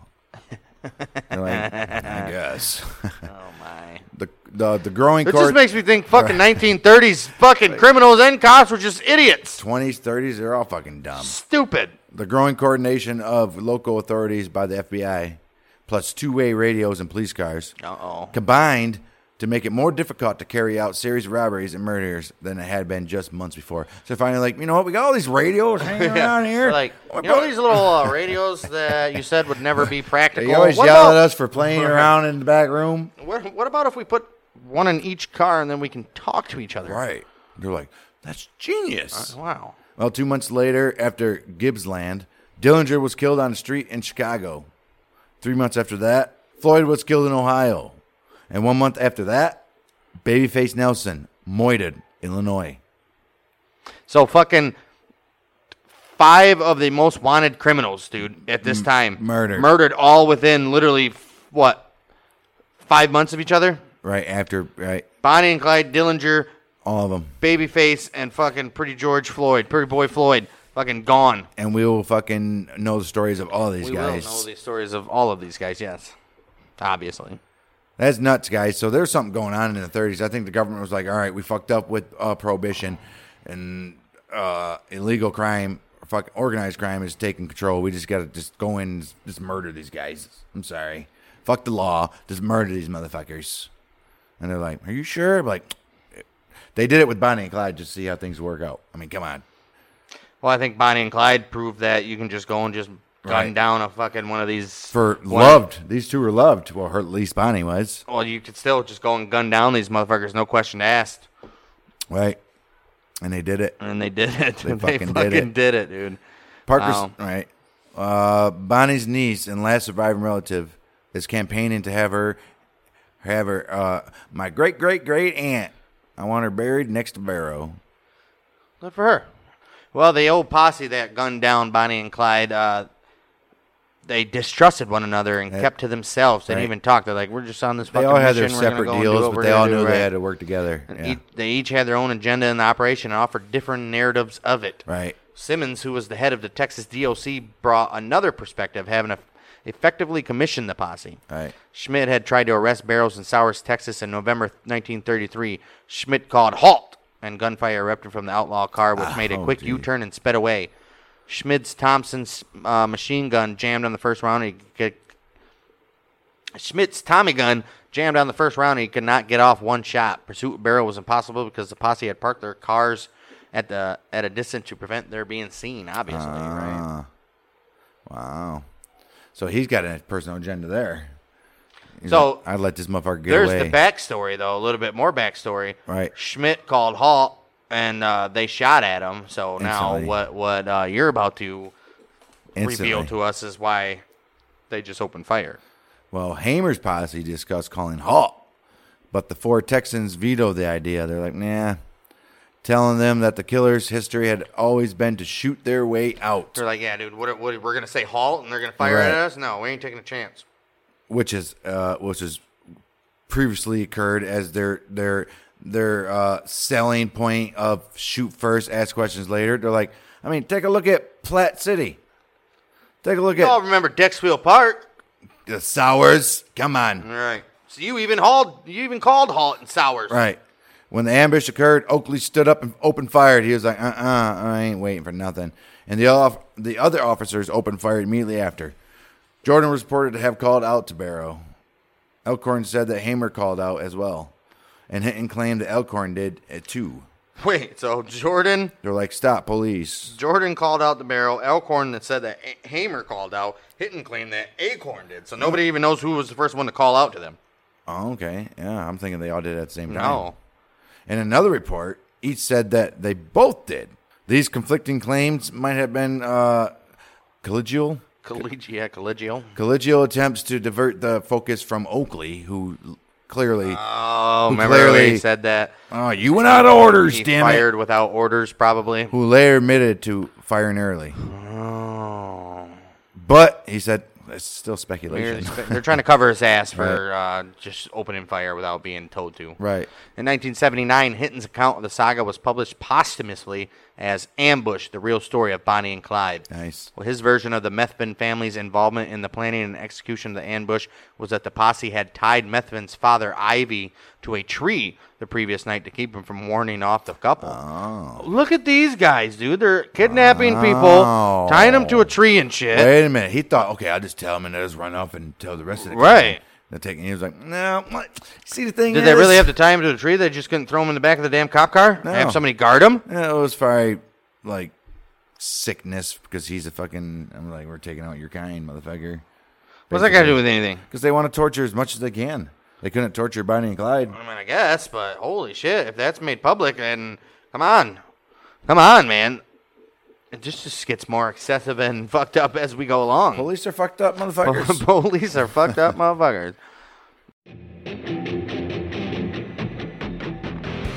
They're like, I guess.
Oh my.
The, the, the growing
It
court,
just makes me think fucking 1930s fucking criminals and cops were just idiots.
20s, 30s, they're all fucking dumb.
Stupid.
The growing coordination of local authorities by the FBI, plus two way radios and police cars,
Uh-oh.
combined to make it more difficult to carry out series of robberies and murders than it had been just months before. So finally, like, you know what? We got all these radios hanging around here.
Like,
My
you know
brother-
these little uh, radios that you said would never be practical?
they always
What
yell
about-
at us for playing around in the back room.
What, what about if we put one in each car and then we can talk to each other?
Right. They're like, that's genius.
Wow.
Well, two months later, after Gibbsland, Dillinger was killed on a street in Chicago. Three months after that, Floyd was killed in Ohio. And one month after that, Babyface Nelson, Moited, Illinois.
So fucking five of the most wanted criminals, dude, at this time.
murdered.
Murdered all within literally, f- what, five months of each other?
Right after, right,
Bonnie and Clyde Dillinger,
all of them.
Babyface, and fucking Pretty George Floyd, Pretty Boy Floyd, fucking gone.
And we will fucking know the stories of all these
we
guys.
will know the stories of all of these guys, yes. Obviously.
That's nuts, guys. So there's something going on in the 30s. I think the government was like, all right, we fucked up with uh, prohibition and uh, illegal crime, fuck, organized crime is taking control. We just got to just go in and just murder these guys. I'm sorry. Fuck the law. Just murder these motherfuckers. And they're like, are you sure? I'm like, they did it with Bonnie and Clyde just to see how things work out. I mean, come on.
Well, I think Bonnie and Clyde proved that you can just go and just gun
Right.
down a fucking one of these
For
one-
loved. These two were loved. Well, her, at least Bonnie was.
Well, you could still just go and gun down these motherfuckers, no question asked.
Right. And they did it.
And they did it. They, fucking,
fucking did
did,
it.
it. dude.
Parker's
Wow.
right. Uh, Bonnie's niece and last surviving relative is campaigning to have her have her uh, my great great great aunt. I want her buried next to Barrow.
Good for her. Well, the old posse that gunned down Bonnie and Clyde, uh, they distrusted one another and kept to themselves. They
right.
didn't even talk. They're like, we're just on this
They
fucking
all had their
mission. We're gonna
separate
go and do what we're
deals, but they
gonna
all
do,
knew
right."
they had to work together.
And
Yeah.
each- they each had their own agenda in the operation and offered different narratives of it.
Right.
Simmons, who was the head of the Texas DOC, brought another perspective, having eff- effectively commissioned the posse.
Right.
Schmidt had tried to arrest Barrows in Sowers, Texas in November 1933. Schmidt called halt, and gunfire erupted from the outlaw car, which made a
Oh,
quick
gee.
U turn and sped away. Schmidt's Thompson's uh, machine gun jammed on the first round. He could, Schmidt's Tommy gun jammed on the first round. He could not get off one shot. Pursuit with Barrow was impossible because the posse had parked their cars at the at a distance to prevent their being seen. Obviously, right?
Wow. So he's got a personal agenda there. He's
So,
like, I'd let this motherfucker get
There's
away.
the backstory though, a little bit more backstory.
Right.
Schmidt called halt, and uh, they shot at him. So now
Instantly.
what what uh, you're about to reveal
Instantly.
to us is why they just opened fire.
Well, Hamer's policy discussed calling halt, but the four Texans vetoed the idea. They're like, nah, telling them that the killer's history had always been to shoot their way out,
They're like, yeah, dude, what, what we're gonna say halt, and they're gonna fire
Right.
at us? No, we ain't taking a chance.
which is uh, which is previously occurred as their their their uh, selling point of shoot first, ask questions later. They're like, I mean, take a look at Platt City. Take a look
You all
at
remember Dexfield Park?
the Sours. Come on.
All right. So you even hauled, you even called halt and sours.
Right. When the ambush occurred, Oakley stood up and opened fire. He was like, "Uh, uh I ain't waiting for nothing." And the off- the other officers opened fire immediately after. Jordan was reported to have called out to Barrow. Elkhorn said that Hamer called out as well, and Hinton claimed that Elkhorn did it too.
Wait. So Jordan,
They're like, "Stop, police!"
Jordan called out the barrel. Elkhorn that said that A- Hamer called out. Hitton claimed that Acorn did. So nobody even knows who was the first one to call out to them.
Oh, okay, yeah, I'm thinking they all did it at the same time.
No.
In another report, each said that they both did. These conflicting claims might have been uh, collegial.
Collegiate, collegial.
Collegial attempts to divert the focus from Oakley, who clearly.
Oh,
who
remember
clearly-
when he said that?
Oh, you went out of orders,
He
damn it.
fired without orders, probably.
Who later admitted to firing early.
Oh.
But he said, it's still
Merely
speculation.
spe- They're trying to cover his ass for uh, just opening fire without being told to.
right.
In 1979, Hinton's account of the saga was published posthumously as Ambush, the real story of Bonnie and Clyde.
Nice.
Well, his version of the Methvin family's involvement in the planning and execution of the ambush was that the posse had tied Methvin's father, Ivy, to a tree the previous night to keep him from warning off the couple.
Oh.
Look at these guys, dude. They're kidnapping people, tying them to a tree and shit.
Wait a minute. He thought, okay, I'll just tell him and I'll just run off and tell the rest of the
Right.
company. They're taking. He was like, no. What? See the thing.
Did
is,
they really have to tie him to a tree? They just couldn't throw him in the back of the damn cop car?
No.
Have somebody guard him?
Yeah, uh, it was probably like sickness because he's a fucking. I'm like, we're taking out your kind, motherfucker.
What's that got to do with anything?
Because they want to torture as much as they can. They couldn't torture Bonnie and Clyde.
I mean, I guess, but holy shit, if that's made public, then come on. Come on, man. It just, just gets more excessive and fucked up as we go along.
Police are fucked up, motherfuckers.
Police are fucked up motherfuckers.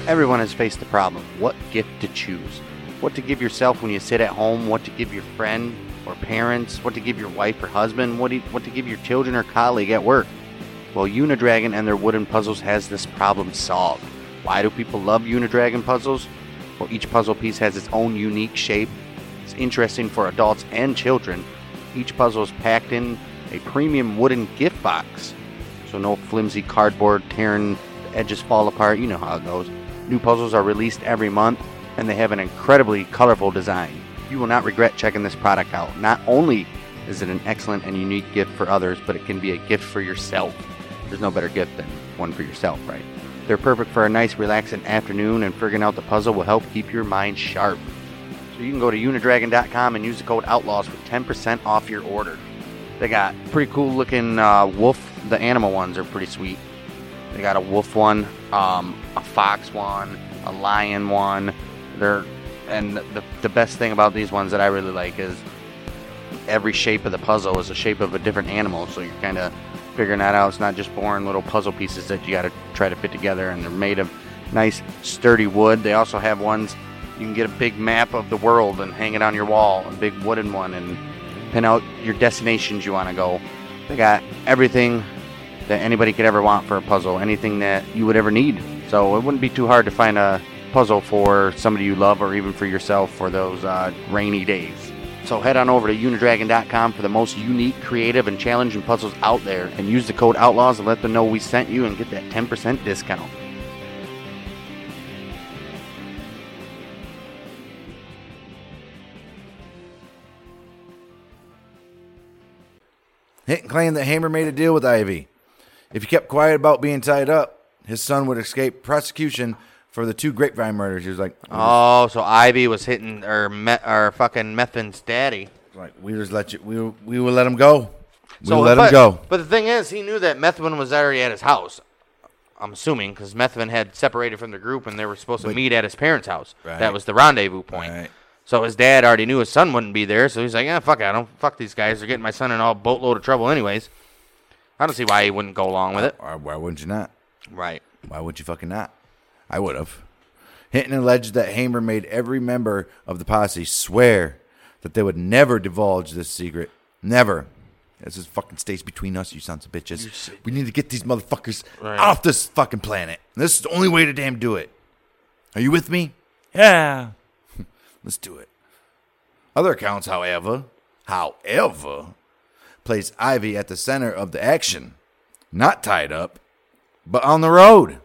Everyone has faced the problem. What gift to choose? What to give yourself when you sit at home? What to give your friend or parents? What to give your wife or husband? What, do you- what to give your children or colleague at work? Well, Unidragon and their wooden puzzles has this problem solved. Why do people love Unidragon puzzles? Well, each puzzle piece has its own unique shape. It's interesting for adults and children. Each puzzle is packed in a premium wooden gift box. So no flimsy cardboard tearing the edges fall apart. You know how it goes. New puzzles are released every month, and they have an incredibly colorful design. You will not regret checking this product out. Not only is it an excellent and unique gift for others, but it can be a gift for yourself. There's no better gift than one for yourself, right? They're perfect for a nice, relaxing afternoon, and figuring out the puzzle will help keep your mind sharp. So you can go to unidragon.com and use the code OUTLAWS for 10% off your order. They got pretty cool looking uh, wolf. The animal ones are pretty sweet. They got a wolf one, um, a fox one, a lion one. They're and the, the best thing about these ones that I really like is every shape of the puzzle is a shape of a different animal. So you're kind of figuring that out. It's not just boring little puzzle pieces that you got to try to fit together, and they're made of nice, sturdy wood. They also have ones you can get a big map of the world and hang it on your wall, a big wooden one, and pin out your destinations you want to go. They got everything that anybody could ever want for a puzzle, anything that you would ever need. So it wouldn't be too hard to find a puzzle for somebody you love or even for yourself for those uh, rainy days. So head on over to unidragon.com for the most unique, creative, and challenging puzzles out there and use the code OUTLAWS and let them know we sent you and get that 10% discount.
Hinton claimed that Hamer made a deal with Ivy. If he kept quiet about being tied up, his son would escape prosecution for the two grapevine murders. He was like,
Oh, so Ivy was hitting or me- or fucking Methin's daddy.
like we just let you. We will- we will let him go. We
So
will let
but,
him go.
But the thing is, he knew that Methvin was already at his house. I'm assuming because Methvin had separated from the group and they were supposed to meet at his parents' house.
Right.
That was the rendezvous point.
Right.
So his dad already knew his son wouldn't be there, so he's like, "Yeah, fuck it, I don't fuck these guys. They're getting my son in all boatload of trouble, anyways." I don't see why he wouldn't go along with it.
Or why wouldn't you not?
Right.
Why would you fucking not? I would have. Hinton alleged that Hamer made every member of the posse swear that they would never divulge this secret. Never. This is fucking stays between us, you sons of bitches. We need to get these motherfuckers off this fucking planet. This is the only way to damn do it. Are you with me?
Yeah.
Let's do it. Other accounts, however, however, place Ivy at the center of the action, not tied up, but on the road,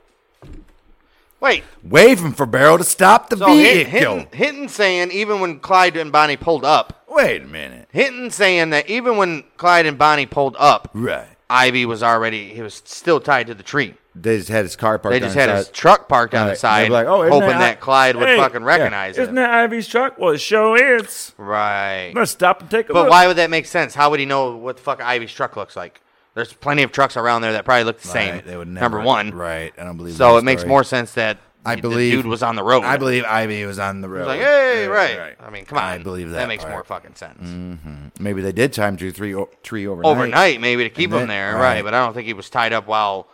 Wait.
waving for Barrow to stop the
So Hit-
vehicle.
Hinton, Hinton saying even when Clyde and Bonnie pulled up,
Wait a minute.
Hinton saying that even when Clyde and Bonnie pulled up,
Right.
Ivy was already he was still tied to the tree.
They just had his car parked.
They
on
just
the
had his
side.
truck parked on
Right.
the side,
They'd be like, "Oh, isn't
hoping
that-
that, Clyde would
Hey,
fucking recognize
Isn't
it.
that Ivy's truck? Well, it sure is.
Right.
Let's stop and take a
But
look.
why would that make sense? How would he know what the fuck Ivy's truck looks like? There's plenty of trucks around there that probably look the same.
Right, They would never,
Number one.
Right. I don't believe.
So
that
it makes
story.
more sense that
I
the
believe
dude was on the road.
I believe Ivy was on the road.
It's like, hey,
Yeah,
right. I mean, come on.
I believe that.
That makes
part. Mm-hmm.
more fucking sense.
Maybe they did time to three o- tree overnight.
Overnight, maybe to keep
And
him
then-
there,
right.
right. But I don't think he was tied up while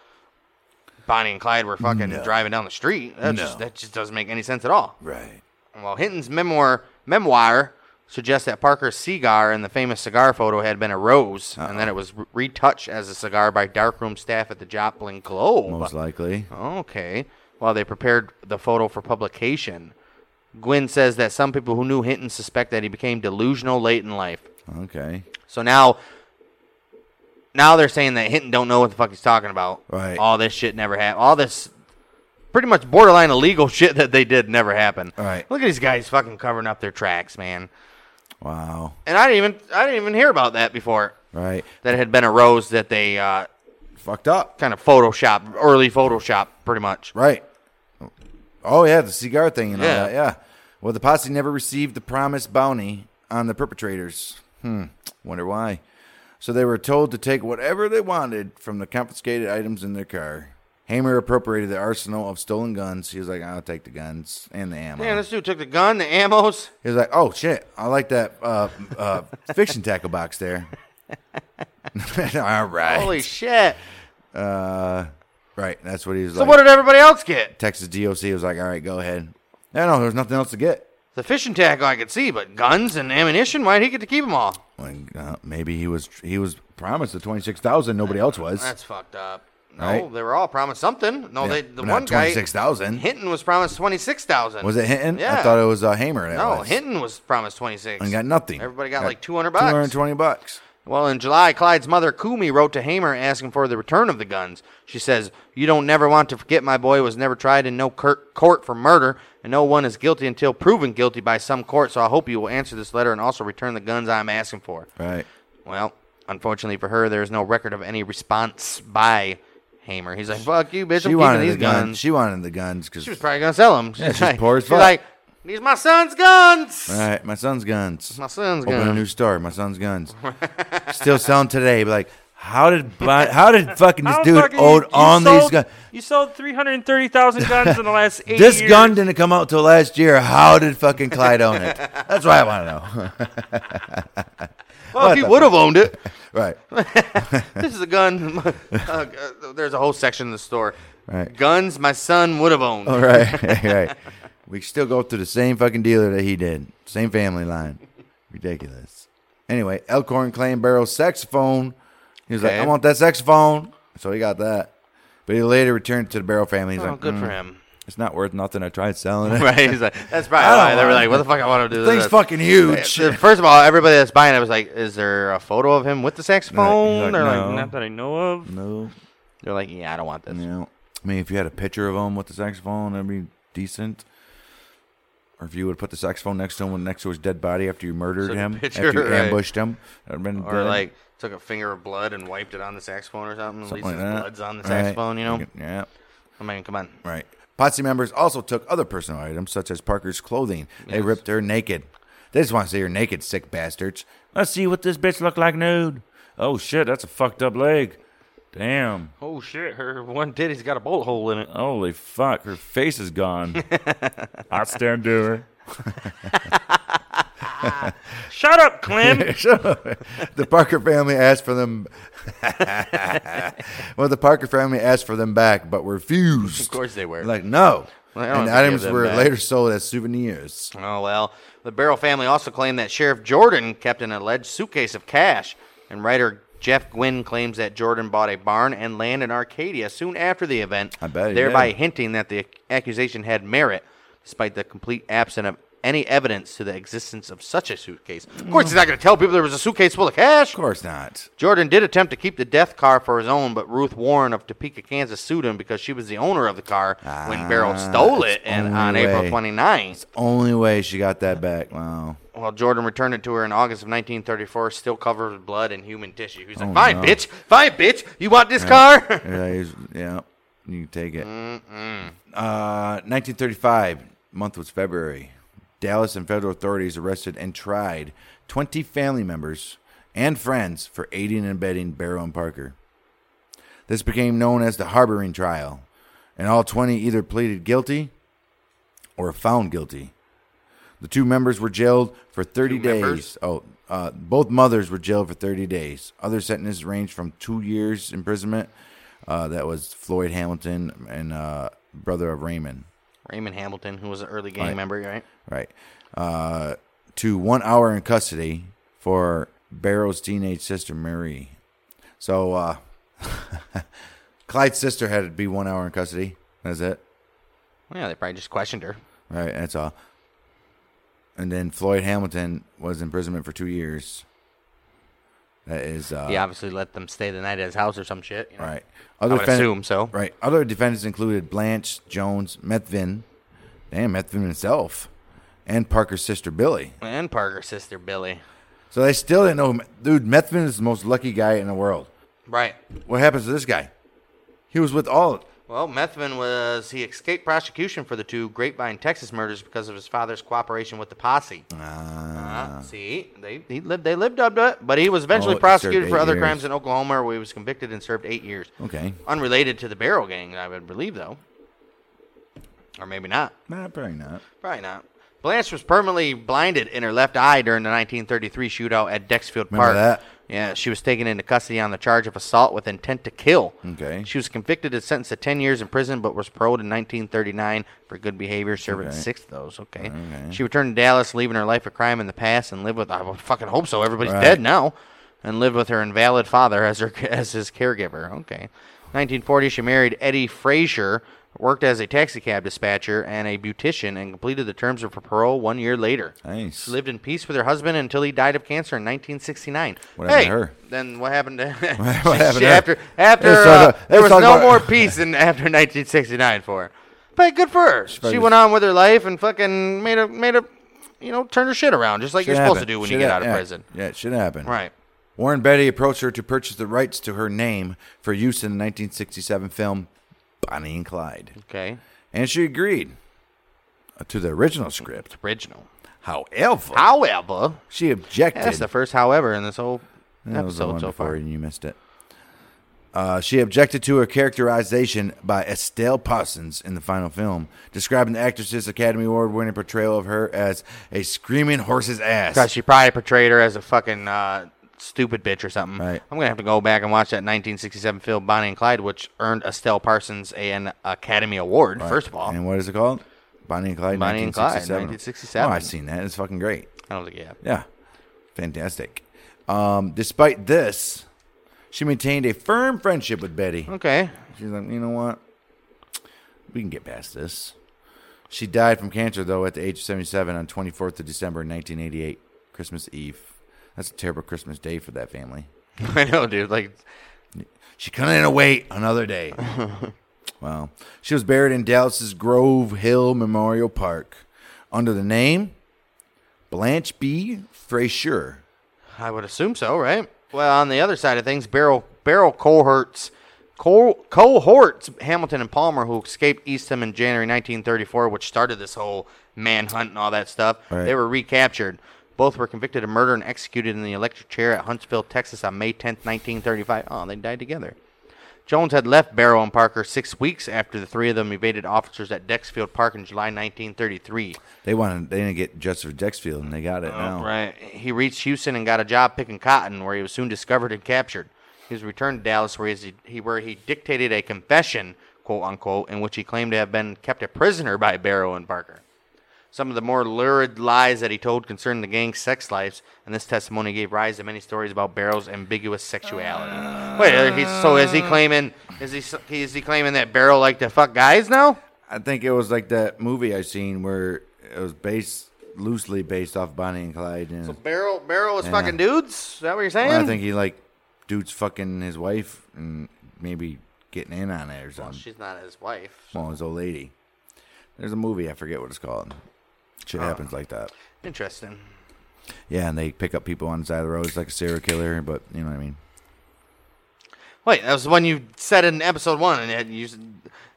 Bonnie and Clyde were fucking driving down the street. That, just, that just doesn't make any sense at all.
Right.
Well, Hinton's memoir memoir suggests that Parker's cigar in the famous cigar photo had been a rose, and then it was re- retouched as a cigar by darkroom staff at the Joplin Globe.
Most likely.
Okay. While they prepared the photo for publication, Gwynn says that some people who knew Hinton suspect that he became delusional late in life.
Okay.
So now, now they're saying that Hinton don't know what the fuck he's talking about.
Right.
All this shit never happened. All this pretty much borderline illegal shit that they did never happened.
Right.
Look at these guys fucking covering up their tracks, man.
Wow.
And I didn't even I didn't even hear about that before.
Right.
That it had been a rose that they uh,
Fucked up.
kind of Photoshop, early Photoshop, pretty much.
Right. Oh yeah, the cigar thing and
Yeah.
all that. Yeah. Well, the posse never received the promised bounty on the perpetrators. Hmm. Wonder why. So they were told to take whatever they wanted from the confiscated items in their car. Hamer appropriated the arsenal of stolen guns. He was like, "I'll take the guns and the ammo."
Man, this dude took the gun, the ammos.
He was like, "Oh shit, I like that uh, uh, fiction tackle box there." All right, Uh,
Holy shit!
right. That's what he was
So
like.
what did everybody else get?
Texas DOC was like, "All right, go ahead." No, no, there was nothing else to get.
The fishing tackle I could see, but guns and ammunition. Why did he get to keep them all?
Like, uh, maybe he was he was promised the twenty six thousand. Nobody else was.
That's fucked up. No,
Right.
they were all promised something. No, they the
but not
one guy
26,000.
Hinton was promised twenty six thousand.
Was it Hinton?
Yeah.
I thought it was uh, Hamer. That
No,
was.
Hinton was promised twenty six.
And got nothing.
Everybody got like 200
Two
bucks.
hundred twenty bucks.
Well, in July, Clyde's mother, Kumi, wrote to Hamer asking for the return of the guns. She says, You don't never want to forget my boy was never tried in no cur- court for murder, and no one is guilty until proven guilty by some court, so I hope you will answer this letter and also return the guns I'm asking for.
Right.
Well, unfortunately for her, there is no record of any response by Hamer. He's like, Fuck you, bitch,
She
I'm
wanted
keeping these
the guns.
guns.
She wanted the guns because
She was probably going to sell them.
Yeah, she's poor as
she's
fuck.
like, These my son's guns.
Right, my son's guns.
My son's
Open a
guns.
new store. My son's guns. Still selling today. Be like, how did Bli- how did fucking this
How
dude
fucking-
own
you
on these
sold-
guns?
You sold 330,000 guns in the last eight
This
years.
gun didn't come out till last year. How did fucking Clyde own it? That's what I want to know.
Well, if he
the
would have owned it.
right.
this is a gun. Uh, there's a whole section in the store.
Right.
Guns my son would have owned.
All right. right. We still go through the same fucking dealer that he did. Same family line. Ridiculous. Anyway, Elkhorn claimed Barrow's saxophone. He was
Okay.
like, I want that saxophone. So he got that. But he later returned it to the Barrow family. He's
Oh,
like,
good for
"Mm,
him.
It's not worth nothing. I tried selling it.
Right. He's like, that's
I
probably
don't
why they were
want
like, what the fuck I want to do
Thing's
this.
fucking huge.
Uh, First of all, everybody that's buying it was like, is there a photo of him with the saxophone?
Like,
They're
no.
like,
Not that I know of.
no.
they're like, yeah, I don't want this.
You know, I mean, if you had a picture of him with the saxophone, that'd be decent. Or if you would put the saxophone next to him, next to his dead body after you murdered
Took a
him,
picture,
after you
right.
ambushed him, that'd been
Or
good.
like, took a finger of blood and wiped it on the saxophone or something.
Something
At
like
least
that.
his blood's on the
Right.
saxophone, you know?
Yeah,
I mean, come on.
right. Posse members also took other personal items, such as Parker's clothing. They ripped her naked. They just want to see her naked, sick bastards.
Let's see what this bitch look like nude. Oh shit, that's a fucked up leg. Damn.
Oh, shit. Her one titty's got a bullet hole in it.
Holy fuck, her face is gone. I stand to her. Shut up, Clem.
the Parker family asked for them. well, the Parker family asked for them back, but refused.
Of course they were.
Like no.
Well, I don't
and the
have to give
items
them
were
back.
later sold as souvenirs.
Oh, well. The Barrel family also claimed that Sheriff Jordan kept an alleged suitcase of cash, and writer Jeff Gwynn claims that Jordan bought a barn and land in Arcadia soon after the event,
I bet he
thereby
did.
hinting that the accusation had merit, despite the complete absence of any evidence to the existence of such a suitcase. Of course, he's not going to tell people there was a suitcase full of cash.
Of course not.
Jordan did attempt to keep the death car for his own, but Ruth Warren of Topeka, Kansas sued him because she was the owner of the car when
Ah,
Barrel stole it and
only
on April
way.
29th.
Only way she got that back. Wow.
Well, Jordan returned it to her in August of 1934, still covered with blood and human tissue. He's like, "Fine, bitch, fine, bitch. You want this car?"
Oh, Yeah, he's- yeah, you can take it. Uh, 1935, month was February. Dallas and federal authorities arrested and tried 20 family members and friends for aiding and abetting Barrow and Parker. This became known as the harboring trial, and all 20 either pleaded guilty or found guilty. The two members were jailed for 30 days.
members?
Oh, uh, both mothers were jailed for 30 days. Other sentences ranged from two years imprisonment Uh, that was Floyd Hamilton and uh, brother of Raymond.
Raymond Hamilton, who was an early gang
Right.
member, right?
Right. Uh, to one hour in custody for Barrow's teenage sister Marie. So uh, Clyde's sister had to be one hour in custody. That's it.
Well, yeah, they probably just questioned her.
Right. That's all. And then Floyd Hamilton was imprisonment for two years. That is uh,
he obviously let them stay the night at his house or some shit. You know?
Right. Other
would assume so.
Right. Other defendants included Blanche, Jones, Methvin, and Methvin himself, and Parker's sister Billy.
And Parker's sister Billy.
So they still didn't know. Dude, Methvin is the most lucky guy in the world.
Right.
What happens to this guy? He was with all.
Well, Methvin was he escaped prosecution for the two Grapevine, Texas murders because of his father's cooperation with the posse.
Uh,
Ah, see, they he lived they lived up to it, but he was eventually
Oh, he served
prosecuted for
eight
other
years.
crimes in Oklahoma, where he was convicted and served eight years.
Okay.
Unrelated to the Barrel Gang, I would believe, though, or maybe not.
Nah, probably not.
Probably not. Blanche was permanently blinded in her left eye during the 1933 shootout at Dexfield
Remember
Park.
that?
Yeah, she was taken into custody on the charge of assault with intent to kill.
Okay.
She was convicted and sentenced to 10 years in prison, but was paroled in 1939 for good behavior, serving
Okay.
six of those. Okay.
Okay.
She returned to Dallas, leaving her life of crime in the past, and lived with. I would fucking hope so. Everybody's
Right.
dead now. And lived with her invalid father as her as his caregiver. Okay. 1940, she married Eddie Frazier, worked as a taxicab dispatcher and a beautician, and completed the terms of her parole one year later.
Nice.
She lived in peace with her husband until he died of cancer in 1969.
What happened
hey,
to her?
Then what happened to
What happened to her?
after after
Let's
uh,
talk-
there
let's
was
talk
no
about-
more peace in after 1969 for her. But good for her. She,
probably
went
just-
on with her life and fucking made a made a you know turned her shit around just like
Shit
you're supposed to
happened.
do when
Shit
you get
hap-
out of
yeah.
prison.
Yeah, it should happen.
Right.
Warren Betty approached her to purchase the rights to her name for use in the 1967 film Bonnie and Clyde.
Okay.
and she agreed to the original script.
Original.
However,
However,
she objected.
that's the first however in this whole
That was the
episode
one
so
before
far.
and you missed it. Uh, she objected to her characterization by Estelle Parsons in the final film, describing the actress's Academy Award winning portrayal of her as a screaming horse's ass.
Because she probably portrayed her as a fucking uh, stupid bitch or something.
Right.
I'm gonna have to go back and watch that 1967 film Bonnie and Clyde, which earned Estelle Parsons an Academy Award. First of all,
And what is it called? Bonnie and Clyde.
Bonnie and Clyde,
1967.
1967.
Oh, I've seen that. It's fucking great.
I don't think yeah.
Yeah, fantastic. Um, despite this, she maintained a firm friendship with Betty.
Okay.
She's like, you know what? We can get past this. She died from cancer, though, at the age of 77 on 24th of December, 1988, Christmas Eve. That's a terrible Christmas day for that family.
I know, dude. Like,
She couldn't wait another day. wow. She was buried in Dallas's Grove Hill Memorial Park under the name Blanche B. Frazier.
I would assume so, right? Well, on the other side of things, barrel barrel cohorts, co- cohorts Hamilton and Palmer, who escaped Eastham in January 1934, which started this whole manhunt and all that stuff,
Right.
they were recaptured. Both were convicted of murder and executed in the electric chair at Huntsville, Texas, on May 10, 1935. Oh, they died together. Jones had left Barrow and Parker six weeks after the three of them evaded officers at Dexfield Park in July 1933.
They wanted, they didn't get justice for Dexfield, and they got it now.
Oh, Right. He reached Houston and got a job picking cotton, where he was soon discovered and captured. He was returned to Dallas, where he, he where he dictated a confession, quote unquote, in which he claimed to have been kept a prisoner by Barrow and Parker. Some of the more lurid lies that he told concerned the gang's sex lives, and this testimony gave rise to many stories about Barrow's ambiguous sexuality. Wait, are he- so is he claiming is he s- is he claiming that Barrow liked to fuck guys now?
I think it was like that movie I seen where it was based loosely based off Bonnie and Clyde, and
Barrow Barrow is
Yeah.
fucking dudes. Is that what you're saying?
Well, I think he like dude's fucking his wife and maybe getting in on it or
Well,
something.
she's not his wife.
Well, his old lady. There's a movie I forget what it's called. Shit happens like that.
Interesting.
Yeah, and they pick up people on the side of the road. It's like a serial killer, but you know what I mean.
Wait, that was the one you said in episode one, and it, you s-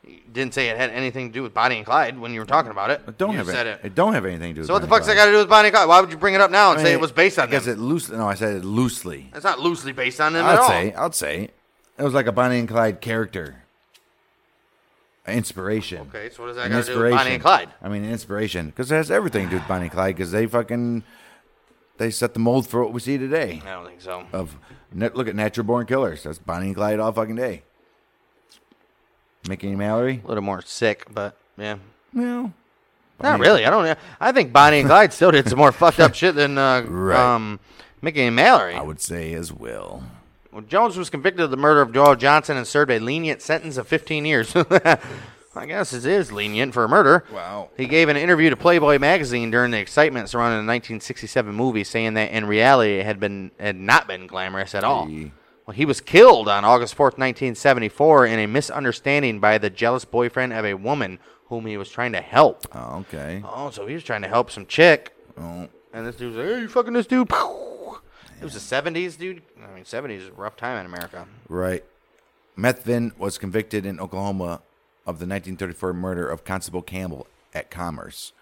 you didn't say it had anything to do with Bonnie and Clyde when you were talking about it.
It don't
you
have
said
any-
it.
it. Don't have anything to do. with
So what the
Bonnie
fuck's that got to do with Bonnie and Clyde? Why would you bring it up now and
I
say
mean,
it was based on
Because
them?
it loosely. No, I said it loosely.
It's not loosely based on them at
I'd
all.
say. I'd say it was like a Bonnie and Clyde character. Inspiration.
Okay, so what does that
An
got to do with Bonnie and Clyde?
I mean, inspiration because it has everything to do with Bonnie and Clyde because they fucking they set the mold for what we see today
I don't think so.
of net, look at natural born killers. That's Bonnie and Clyde all fucking day. Mickey and Mallory?
A little more sick, but yeah.
Well,
Not really. I don't. know. I think Bonnie and Clyde still did some more fucked up shit than uh,
Right.
um, Mickey and Mallory.
I would say as well.
Well, Jones was convicted of the murder of Doyle Johnson and served a lenient sentence of 15 years. I guess it is lenient for murder.
Wow.
He gave an interview to Playboy magazine during the excitement surrounding the 1967 movie, saying that in reality it had been had not been glamorous at all.
Gee.
Well, he was killed on August 4th, 1974, in a misunderstanding by the jealous boyfriend of a woman whom he was trying to help.
Oh, okay.
Oh, so he was trying to help some chick.
Oh,
And this dude's like, hey, you fucking this dude? Pow! It was the 70s, dude. I mean, 70s is a rough time in America.
right. Methvin was convicted in Oklahoma of the 1934 murder of Constable Campbell at Commerce.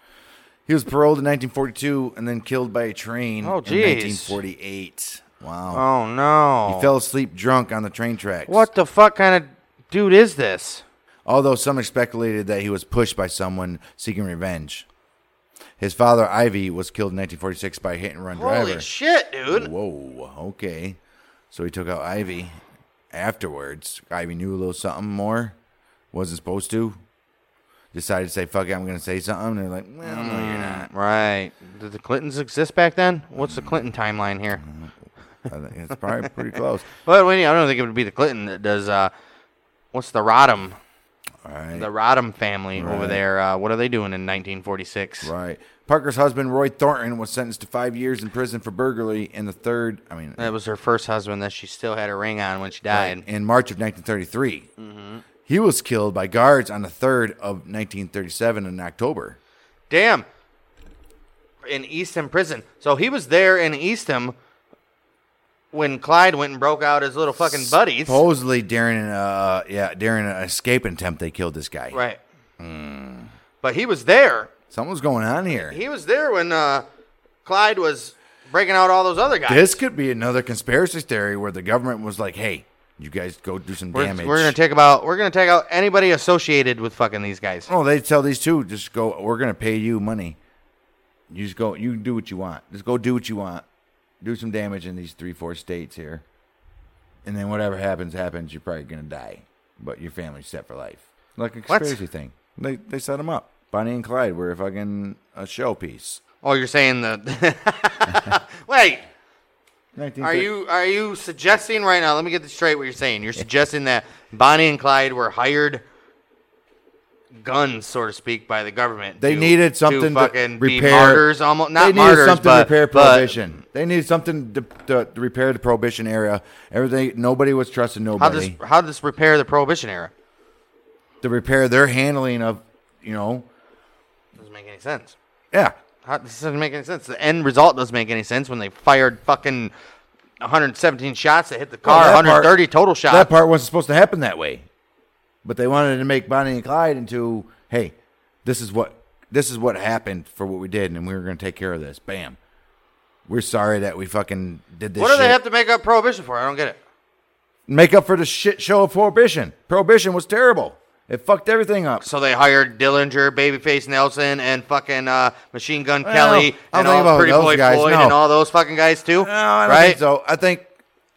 He was paroled in 1942 and then killed by a train
Oh,
in
geez.
1948. Wow.
Oh, no.
He fell asleep drunk on the train tracks.
What the fuck kind of dude is this?
although some speculated that he was pushed by someone seeking revenge. His father, Ivy, was killed in 1946 by a hit and run
Holy
driver.
shit, dude.
Whoa, okay. So he took out Ivy afterwards. Ivy knew a little something more, wasn't supposed to. Decided to say, fuck it, I'm going to say something. And they're like, well, no, you're not.
Right. Did the Clintons exist back then? What's the Clinton timeline here?
I think it's probably pretty close.
But wait, I don't think it would be the Clinton that does, uh, what's the Rodham?
All right.
The Rodham family over
Right.
there. Uh, what are they doing in 1946?
Right. Parker's husband, Roy Thornton, was sentenced to five years in prison for burglary in the third, I mean,
That was her first husband that she still had a ring on when she died.
in March of 1933. He was killed by guards on the 3rd of 1937 in October.
Damn. In Eastham prison. So he was there in Eastham when Clyde went and broke out his little fucking buddies.
Supposedly during an, uh, yeah, during an escape attempt, they killed this guy.
Right.
Hmm.
But he was there.
Something's going on here.
He was there when uh, Clyde was breaking out all those other guys.
This could be another conspiracy theory where the government was like, "Hey, you guys go do some
we're,
damage."
we're gonna take about we're gonna take out anybody associated with fucking these guys.
oh, they tell these two, just go. We're gonna pay you money. You just go. You can do what you want. Just go do what you want. Do some damage in these three, four states here, and then whatever happens, happens. You're probably gonna die, but your family's set for life. Like a
What?
conspiracy thing. They they set them up. Bonnie and Clyde were a fucking a showpiece.
Oh, you're saying the wait.
1930
Are you are you suggesting right now? Let me get this straight. What you're saying? You're suggesting that Bonnie and Clyde were hired guns, so to speak, by the government.
They
to-
needed
to
something
fucking
to repair
be martyrs, almost not
they needed
martyrs,
something
but
to repair
but-
prohibition. they needed something to, to, to repair the prohibition area. Everything nobody was trusting
How
nobody
does how does this repair the prohibition era?
to repair their handling of you know
Doesn't make any sense.
yeah
How, this doesn't make any sense. The end result doesn't make any sense when they fired fucking 117 shots that hit the car,
Well, that
130
part-
total shots.
that part wasn't supposed to happen that way, but they wanted to make Bonnie and Clyde into hey this is what this is what happened for what we did and we were going to take care of this bam we're sorry that we fucking did this
what do they
shit.
have to make up prohibition for? I don't get it.
make up for the shit show of prohibition prohibition was terrible it fucked everything up
So they hired Dillinger, Babyface Nelson, and fucking uh, Machine Gun Kelly,
I
and
don't think
all
about
Pretty
those
Boy
guys,
Floyd,
no.
and all those fucking guys too.
No, I don't
right?
think so. I think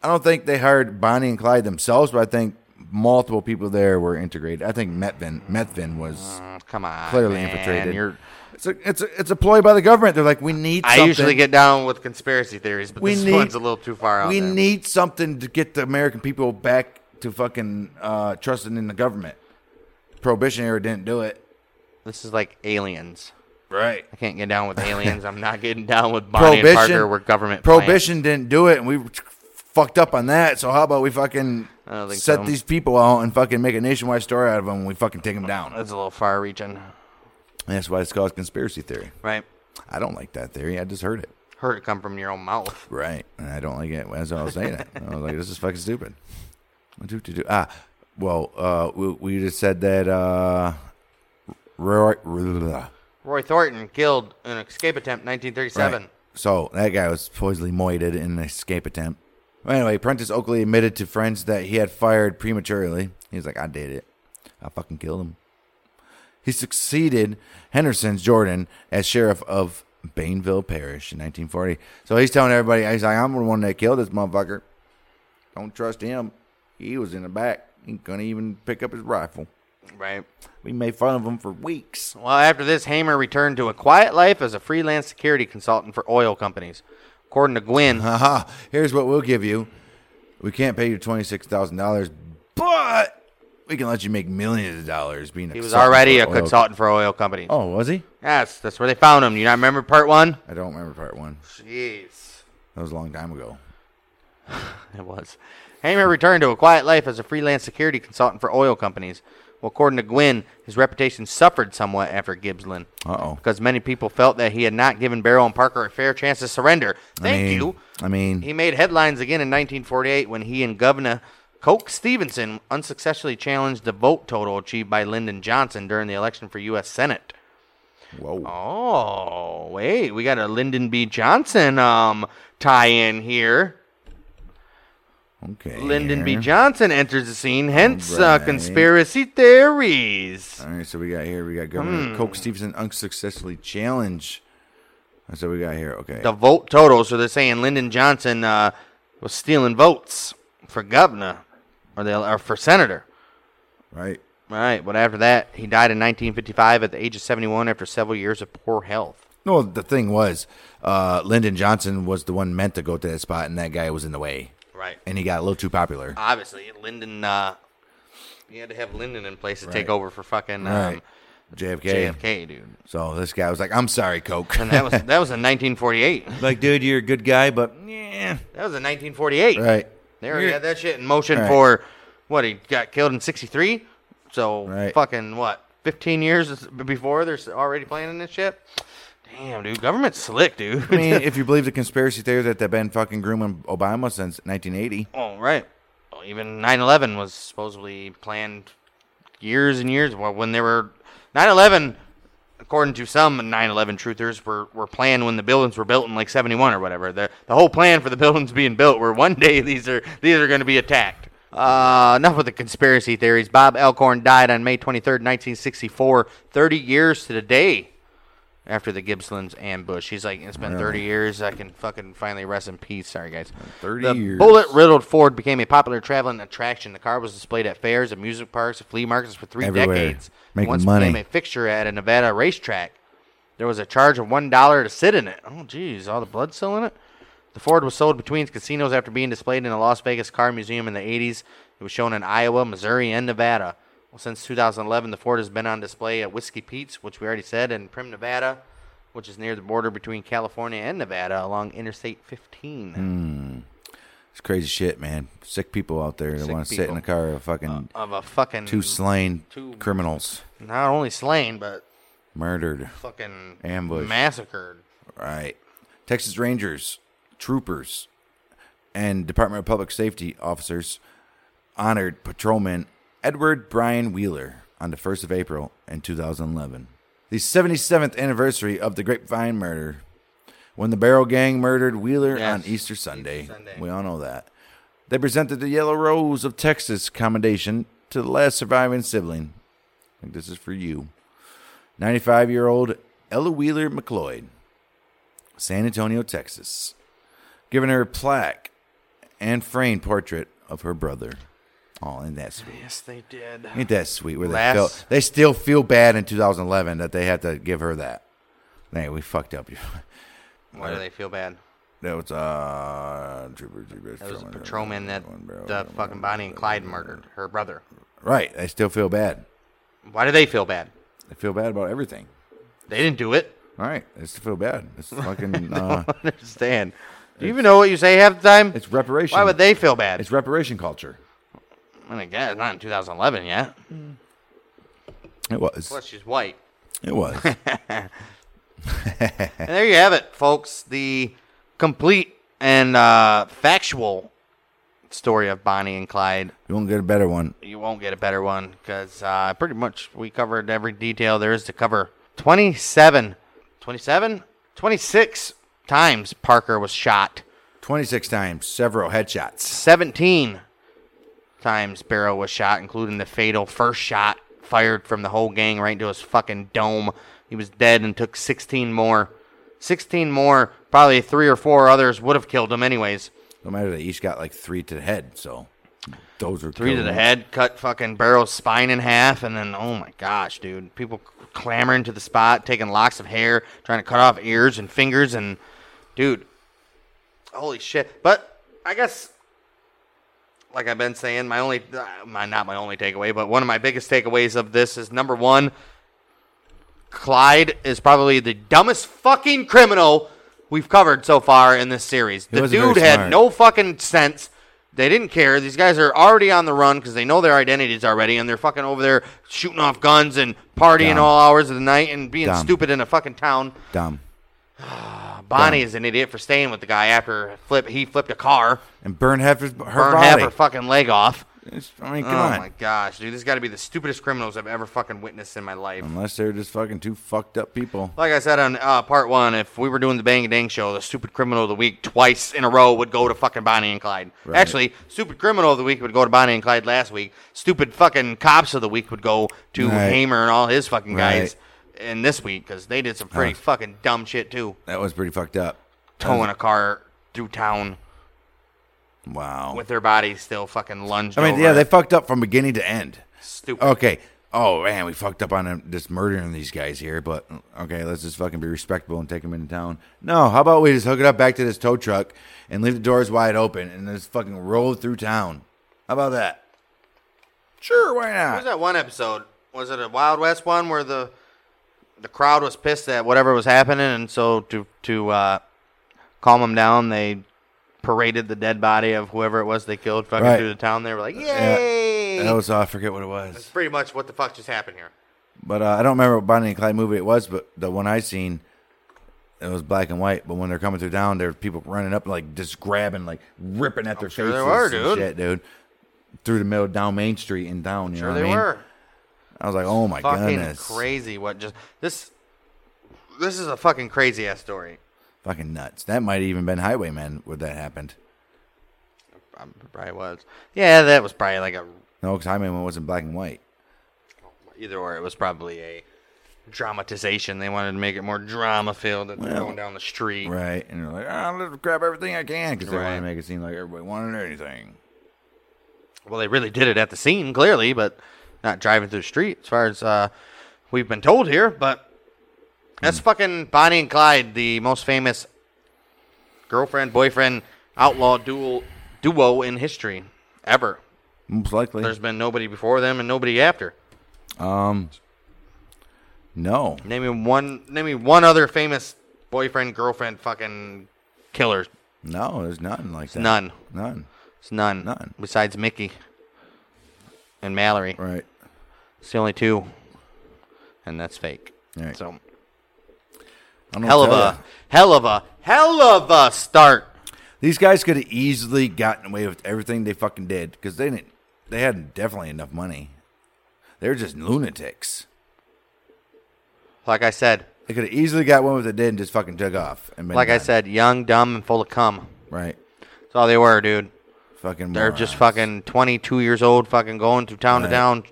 I don't think they hired Bonnie and Clyde themselves, but I think multiple people there were integrated. I think Metvin Metvin was
Oh, Come on,
clearly
man,
infiltrated.
You're,
it's a it's a, it's a ploy by the government. They're like, we need.
I
Something.
usually get down with conspiracy theories, but
we
this
need,
one's a little too far out.
We
there.
need something to get the American people back to fucking uh, trusting in the government. Prohibition era didn't do it.
this is like aliens.
Right.
I can't get down with aliens. I'm not getting down with Bonnie and Parker. We're government. plants.
prohibition didn't do it, and we fucked up on that. So how about we fucking
I don't think
set
so.
these people out and fucking make a nationwide story out of them? and We fucking take them down. And
That's a little far reaching,
that's why it's called conspiracy theory.
right?
I don't like that theory. I just heard it.
Heard it come from your own mouth.
Right, and I don't like it. That's why I was saying it. I was like, this is fucking stupid. What do to do? Ah, well, uh, we, we just said that. Uh, Roy,
Roy Thornton killed in an escape attempt, 1937.
Right. So that guy was supposedly moited in an escape attempt. Well, anyway, Prentice Oakley admitted to friends that he had fired prematurely. He was like, I did it. I fucking killed him. He succeeded Henderson's Jordan as sheriff of Bainville Parish in 1940. So he's telling everybody, he's like, I'm the one that killed this motherfucker. Don't trust him. He was in the back. He couldn't even pick up his rifle.
Right.
We made fun of him for weeks.
Well, after this, Hamer returned to a quiet life as a freelance security consultant for oil companies. According to Gwynn,
Haha, here's what we'll give you. We can't pay you $26,000, but we can let you make millions of dollars being a
he was already a
for oil-
consultant for oil companies.
Oh, was he?
Yes, that's where they found him. You not remember part one?
I don't remember part one.
Jeez.
That was a long time ago.
It was. Hamer returned to a quiet life as a freelance security consultant for oil companies. Well, according to Gwynn, his reputation suffered somewhat after Gibbsland
Uh-oh.
because many people felt that he had not given Barrow and Parker a fair chance to surrender. Thank
I mean,
you.
I mean,
He made headlines again in 1948 when he and Governor Coke Stevenson unsuccessfully challenged the vote total achieved by Lyndon Johnson during the election for U.S. Senate.
whoa.
Oh, wait, we got a Lyndon B. Johnson um tie-in here.
Okay.
Lyndon B. Johnson enters the scene, hence uh,
Alright.
conspiracy theories.
All right, so we got here. We
Hmm.
got Governor Coke Stevenson unsuccessfully challenge. That's what we got here. Okay.
The vote total, so they're saying Lyndon Johnson uh, was stealing votes for governor or, the, or for senator.
right.
Right, but after that, he died in 1955 at the age of 71 after several years of poor health.
No, the thing was, uh, Lyndon Johnson was the one meant to go to that spot, and that guy was in the way,
Right.
and he got a little too popular.
Obviously, Lyndon, uh, you had to have Lyndon in place to take
Right.
over for fucking um,
right. JFK.
JFK, dude.
So this guy was like, "I'm sorry, Coke."
And that was that was in 1948. That
like, dude, you're a good guy, but yeah.
was in 1948.
Right.
They already had that shit in motion
Right.
for what he got killed in '63. So
Right.
fucking what? 15 years before they're already planning this shit. Damn, dude, government's slick, dude.
I mean, if you believe the conspiracy theory that they've been fucking grooming Obama since 1980,
Oh, right. Well, even 9 11 was supposedly planned years and years. Well, when they were. 9 11, according to some 9 11 truthers, were, were planned when the buildings were built in like 71 or whatever. The, the whole plan for the buildings being built were one day these are, these are going to be attacked. Uh, enough with the conspiracy theories. Bob Elkhorn died on May 23rd, 1964, 30 years to the day after the Gippslands ambush. He's like, it's been 30 years. I can fucking finally rest in peace. Sorry, guys.
30
the
years.
bullet riddled Ford became a popular traveling attraction. The car was displayed at fairs and music parks and flea markets for three
Everywhere.
decades.
Making
Once
money.
became a fixture at a Nevada racetrack. There was a charge of one dollar to sit in it. Oh, geez, all the blood still in it. The Ford was sold between casinos after being displayed in the Las Vegas Car Museum in the 80s. It was shown in Iowa, Missouri, and Nevada. Well, since 2011, the Ford has been on display at Whiskey Pete's, which we already said, in Prim, Nevada, which is near the border between California and Nevada along Interstate 15.
Hmm. it's crazy shit, man. Sick people out there that
Sick
want to sit in
people.
a car of fucking
Of a fucking
two slain
two-
criminals
not only slain but
murdered.
fucking
Ambushed.
massacred.
Right. Texas Rangers, troopers, and Department of Public Safety officers honored patrolman Edward Bryan Wheeler on the 1st of April in 2011. The 77th anniversary of the Grapevine murder, when the Barrel Gang murdered Wheeler
Yes.
on Easter Sunday.
Sunday.
We all know that. They presented the Yellow Rose of Texas commendation to the last surviving sibling. I think this is for you. 95 year old Ella Wheeler McLeod, San Antonio, Texas, giving her a plaque and framed portrait of her brother. Oh, ain't that sweet?
Yes, they did.
Ain't that sweet? Where they
Last-
felt they still feel bad in 2011 that they had to give her that. Hey, we fucked up.
Why do they feel bad?
That was uh, trooper, trooper,
That was a patrolman that the fucking Bonnie and Clyde murdered her brother.
Right, they still feel bad.
Why do they feel bad?
They feel bad about everything.
They didn't do it.
All right, they still feel bad. It's fucking. Uh,
Understand? Do you even know what you say half the time?
it's reparation.
Why would they feel bad?
It's reparation culture.
I mean, I guess not in 2011 yet.
It was.
Plus, she's white.
It was. Eh.
And there you have it, folks. The complete and uh, factual story of Bonnie and Clyde.
you won't get a better one.
you won't get a better one because uh, pretty much we covered every detail there is to cover. 27, 27, 26 times Parker was shot.
26 times, several headshots.
17 times Barrow was shot, including the fatal first shot fired from the whole gang right into his fucking dome. He was dead and took 16 more. 16 more, probably three or four others would have killed him anyways.
No matter, they each got like three to the head. So Those are
Three to the
killer.
head, cut fucking Burrow's spine in half, and then oh my gosh, dude, people clamoring to the spot, taking locks of hair, trying to cut off ears and fingers, and dude, holy shit. But I guess, like I've been saying, my only, uh, my not my only takeaway, but one of my biggest takeaways of this is number one, Clyde is probably the dumbest fucking criminal we've covered so far in this series. the
wasn't very
dude had
smart.
no fucking sense. They didn't care. These guys are already on the run because they know their identities already, and they're fucking over there shooting off guns and partying
Dumb.
all hours of the night and being
Dumb.
stupid in a fucking town.
Dumb.
Bonnie is an idiot for staying with the guy after flip. He flipped a car,
And burn half his, her
burned
body.
half her fucking leg off.
It's- I mean,
Oh
come on.
my gosh, dude, this got to be the stupidest criminals I've ever fucking witnessed in my life.
Unless they're just fucking two fucked up people.
Like I said on uh, part one, if we were doing the Bang and Dang show, the stupid criminal of the week twice in a row would go to fucking Bonnie and Clyde.
Right.
Actually, stupid criminal of the week would go to Bonnie and Clyde last week. Stupid fucking cops of the week would go to
Right.
Hamer and all his fucking
Right. Oh.
guys. And this week, because they did some pretty fucking dumb shit too,
That was pretty fucked up.
towing a car through town
Wow.
with their bodies still fucking lunged.
I mean,
over
yeah, they
it.
fucked up from beginning to end.
stupid.
Okay. Oh man, we fucked up on them just murdering these guys here, but okay, let's just fucking be respectable and take them into town. No, how about we just hook it up back to this tow truck and leave the doors wide open and just fucking roll through town? How about that? Sure, why
What was
not?
that one episode? Was it a Wild West one where the the crowd was pissed at whatever was happening, and so to to uh, calm them down, they paraded the dead body of whoever it was they killed fucking
Right.
through the town. They were like,
Yeah.
"Yay!"
That was uh, I forget what it was,
pretty much what the fuck just happened here.
but uh, I don't remember what Bonnie and Clyde movie it was, but the one I seen, it was black and white. But when they're coming through town, there's people running up like just grabbing, like ripping at their
sure
faces,
there were,
and
dude.
shit, dude. Through the middle, down Main Street and down. You
Sure,
know what
they
I mean?
were
I was like, oh my
fucking
goodness.
crazy. What just this? This is a fucking crazy ass story.
Fucking nuts. That might have even been Highwaymen where that happened.
Um, probably was. Yeah, that was probably like a
No, because Highwaymen wasn't black and white.
either or it was probably a dramatization. They wanted to make it more drama filled that they're going down the street.
Right. And they're like, ah, let's grab everything I can because they want
Right.
to make it seem like everybody wanted anything.
Well, they really did it at the scene, clearly, but not driving through the street as far as uh, we've been told here. But that's fucking Bonnie and Clyde, the most famous girlfriend boyfriend outlaw duel duo in history ever.
Most likely.
There's been nobody before them and nobody after.
Um, no.
Name me one. Name me one other famous boyfriend girlfriend fucking killer.
No, there's nothing like that.
none.
None.
It's none.
None.
Besides Mickey and Mallory.
Right.
It's the only two. And that's fake.
Right.
So
I don't
hell of
tell
a
ya.
hell of a hell of a start.
These guys could have easily gotten away with everything they fucking did because they didn't. They had definitely enough money. They were just lunatics.
Like I said,
They could have easily got one with it did and just fucking took off. And been
like I
done.
said, young, dumb, and full of cum.
Right.
That's all they were, dude.
Fucking.
They're just
morons.
fucking 22 years old, fucking going through town
Right.
to town,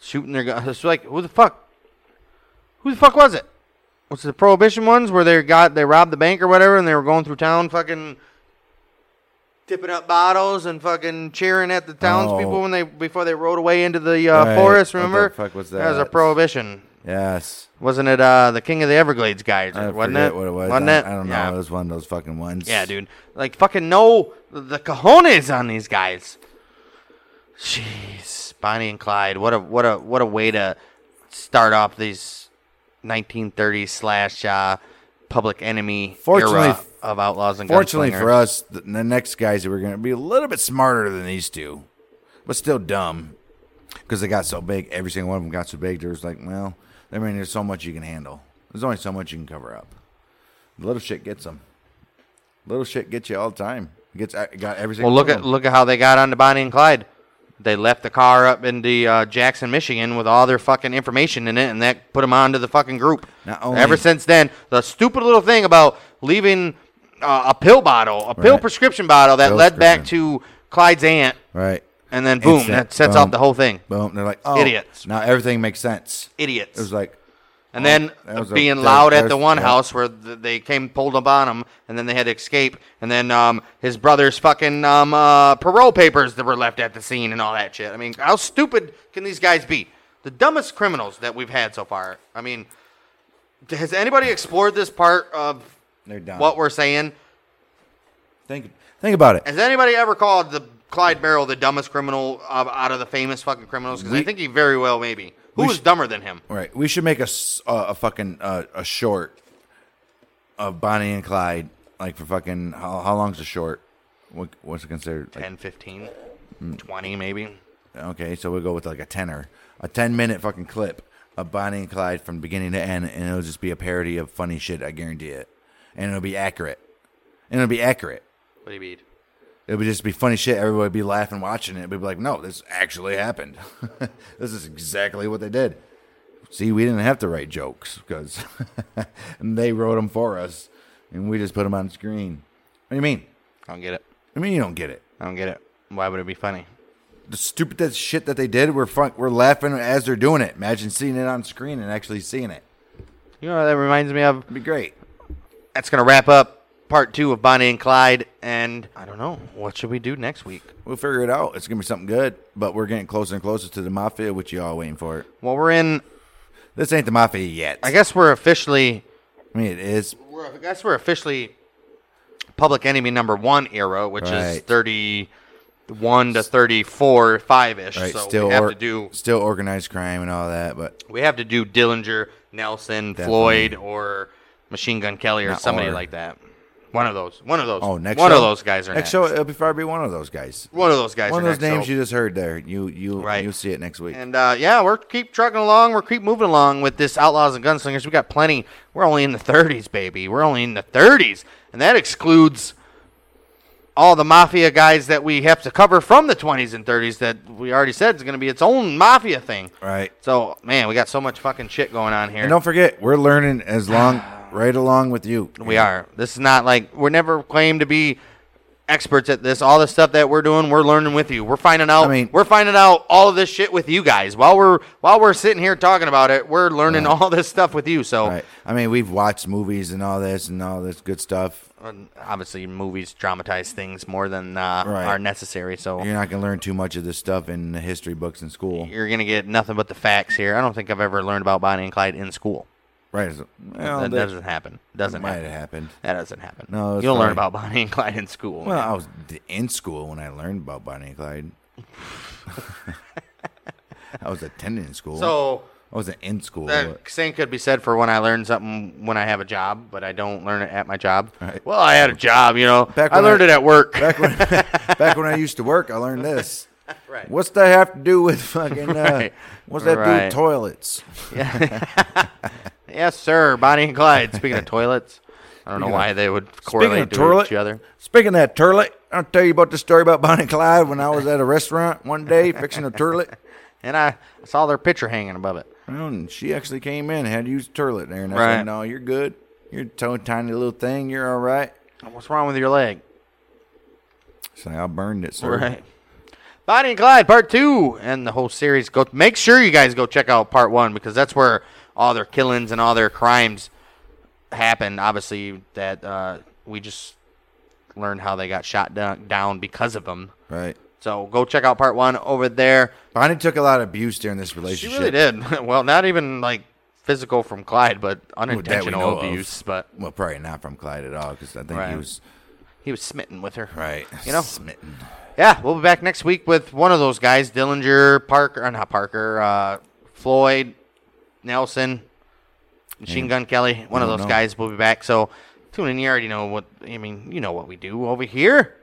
shooting their guns. It's like, who the fuck? Who the fuck was it? Was it the Prohibition ones where they got they robbed the bank or whatever, and they were going through town, fucking tipping up bottles and fucking cheering at the townspeople
Oh.
when they before they rode away into the uh,
Right.
forest.
What the
Remember?
fuck was
was a
that?
Prohibition.
Yes.
Wasn't it uh, the King of the Everglades guys?
I
wasn't
forget
it?
what it was.
Wasn't
I,
it?
I don't know.
Yeah.
It was one of those fucking ones.
Yeah, dude. Like fucking no the cojones on these guys. Jeez, Bonnie and Clyde. What a what a what a way to start off these 1930s slash uh, public enemy
Fortunately-
era of outlaws and
Fortunately for
gunslingers.
us, the, the next guys were going to be a little bit smarter than these two, but still dumb because they got so big. Every single one of them got so big. There was like, well, I mean, there's so much you can handle. There's only so much you can cover up. Little shit gets them. Little shit gets you all the time. Gets it got every single.
Well, look
one of
at
'em.
look at how they got onto Bonnie and Clyde. They left the car up in the uh, Jackson, Michigan, with all their fucking information in it, and that put them onto the fucking group.
Not only-
Ever since then, the stupid little thing about leaving uh, a pill bottle, a pill
Right.
prescription bottle, that
Pill
led back to Clyde's aunt,
right.
and then boom,
Instant.
that sets
Boom.
off the whole thing.
Boom. They're like, oh,
Idiots.
Now everything makes sense.
Idiots.
It was like,
And then
Oh, that was a-
being
that-
loud at
there's-
the one
yeah.
house where th- they came pulled up on him, and then they had to escape. And then um, his brother's fucking um, uh, parole papers that were left at the scene and all that shit. I mean, how stupid can these guys be? The dumbest criminals that we've had so far. I mean, d- has anybody explored this part of
They're dumb.
what we're saying?
think think about it.
Has anybody ever called the Clyde Barrow the dumbest criminal of, out of the famous fucking criminals? Because I
We-
think he very well maybe. Who
we
was
sh-
dumber than him?
Right. We should make a, s- uh, a fucking uh, a short of Bonnie and Clyde. Like for fucking how, how long's a short? What, what's it considered? Like,
10, 15, 20 maybe.
okay, so we'll go with like a tenor, a ten minute fucking clip of Bonnie and Clyde from beginning to end, and it'll just be a parody of funny shit. I guarantee it, and it'll be accurate. And it'll be accurate.
What do you mean?
It would just be funny shit. Everybody would be laughing, watching it. We'd be like, no, this actually happened. this is exactly what they did. See, we didn't have to write jokes because they wrote them for us and we just put them on screen. What do you mean?
I don't get it.
I mean, you don't get it.
I don't get it. Why would it be funny?
The stupid that shit that they did, we're, fun- we're laughing as they're doing it. Imagine seeing it on screen and actually seeing it.
You know what that reminds me of?
It'd be great.
That's going to wrap up part two of Bonnie and Clyde. And I don't know. What should we do next week?
We'll figure it out. It's going to be something good, but we're getting closer and closer to the mafia, which y'all waiting for.
Well, we're in.
This ain't the mafia yet.
I guess we're officially.
I mean, it is.
We're, I guess we're officially public enemy number one era, which is
Right.
31 to 34, five ish.
Right,
so
still
we have
or-
to do.
still organized crime and all that, but
We have to do Dillinger, Nelson,
Definitely.
Floyd, or Machine Gun Kelly, or
Not
somebody
or.
like that. One of those. One of those.
oh, next
one
show,
of those guys are
next
next.
show. It'll be probably one of those guys.
One of those guys.
One
are
of those
next,
names
so-
you just heard there. You you
Right.
you'll see it next week.
And uh, yeah, we're keep trucking along. We're keep moving along with this Outlaws and Gunslingers. We got plenty. We're only in the 30s, baby. We're only in the 30s, and that excludes all the mafia guys that we have to cover from the 20s and 30s. That we already said is going to be its own mafia thing.
Right.
So man, we got so much fucking shit going on here.
And don't forget, we're learning as long right along with you.
We are. This is not like we're never claimed to be experts at this. All the stuff that we're doing, we're learning with you. We're finding out.
I mean-
we're finding out all of this shit with you guys. While we're while we're sitting here talking about it, we're learning all this stuff with you. So
Right. I mean, we've watched movies and all this and all this good stuff.
um, obviously, movies dramatize things more than uh,
Right.
are necessary. So
You're not gonna learn too much of this stuff in the history books in school.
you're gonna get nothing but the facts here. I don't think I've ever learned about Bonnie and Clyde in school.
Right. so- Well,
that,
that,
doesn't happen. Doesn't
might
happen.
have happened.
That doesn't happen.
No,
you
it's
don't learn
probably-
about Bonnie and Clyde in school.
Well, I was d- in school when I learned about Bonnie and Clyde. I was attending school.
so
I wasn't in school. but-
That same could be said for when I learn something when I have a job, but I don't learn it at my job.
Right.
Well, I had a job, you know.
Back
I
when
learned
I-
it at work.
back when back when I used to work, I learned this.
Right.
What's that have to do with fucking? Uh,
Right.
What's that do
Right.
with toilets?
yes, sir. Bonnie and Clyde. Speaking of toilets, I don't know why they would correlate to each other.
Speaking of that toilet, I'll tell you about the story about Bonnie and Clyde when I was at a restaurant one day fixing a toilet.
And I saw their picture hanging above it.
And she actually came in, had to use a toilet there, and I
Right.
said, "No, you're good. You're a to- tiny little thing. You're all right."
What's wrong with your leg?
So I burned it, sir.
Bonnie and Clyde Part Two and the whole series. Go make sure you guys go check out Part One because that's where all their killings and all their crimes happened. Obviously, that uh, we just learned how they got shot down, down because of them.
Right.
So go check out Part One over there.
Bonnie took a lot of abuse during this
She
relationship.
really did well. Not even like physical from Clyde, but
know
unintentional
of.
abuse. But
Well, probably not from Clyde at all, because I think
Right.
he was
he was smitten with her.
right.
You know?
smitten.
Yeah, we'll be back next week with one of those guys, Dillinger, Parker, or not Parker, uh, Floyd, Nelson, Machine Gun Kelly. One of
don't
those
know.
guys will be back. So tune in. You already know what I mean. You know what we do over here.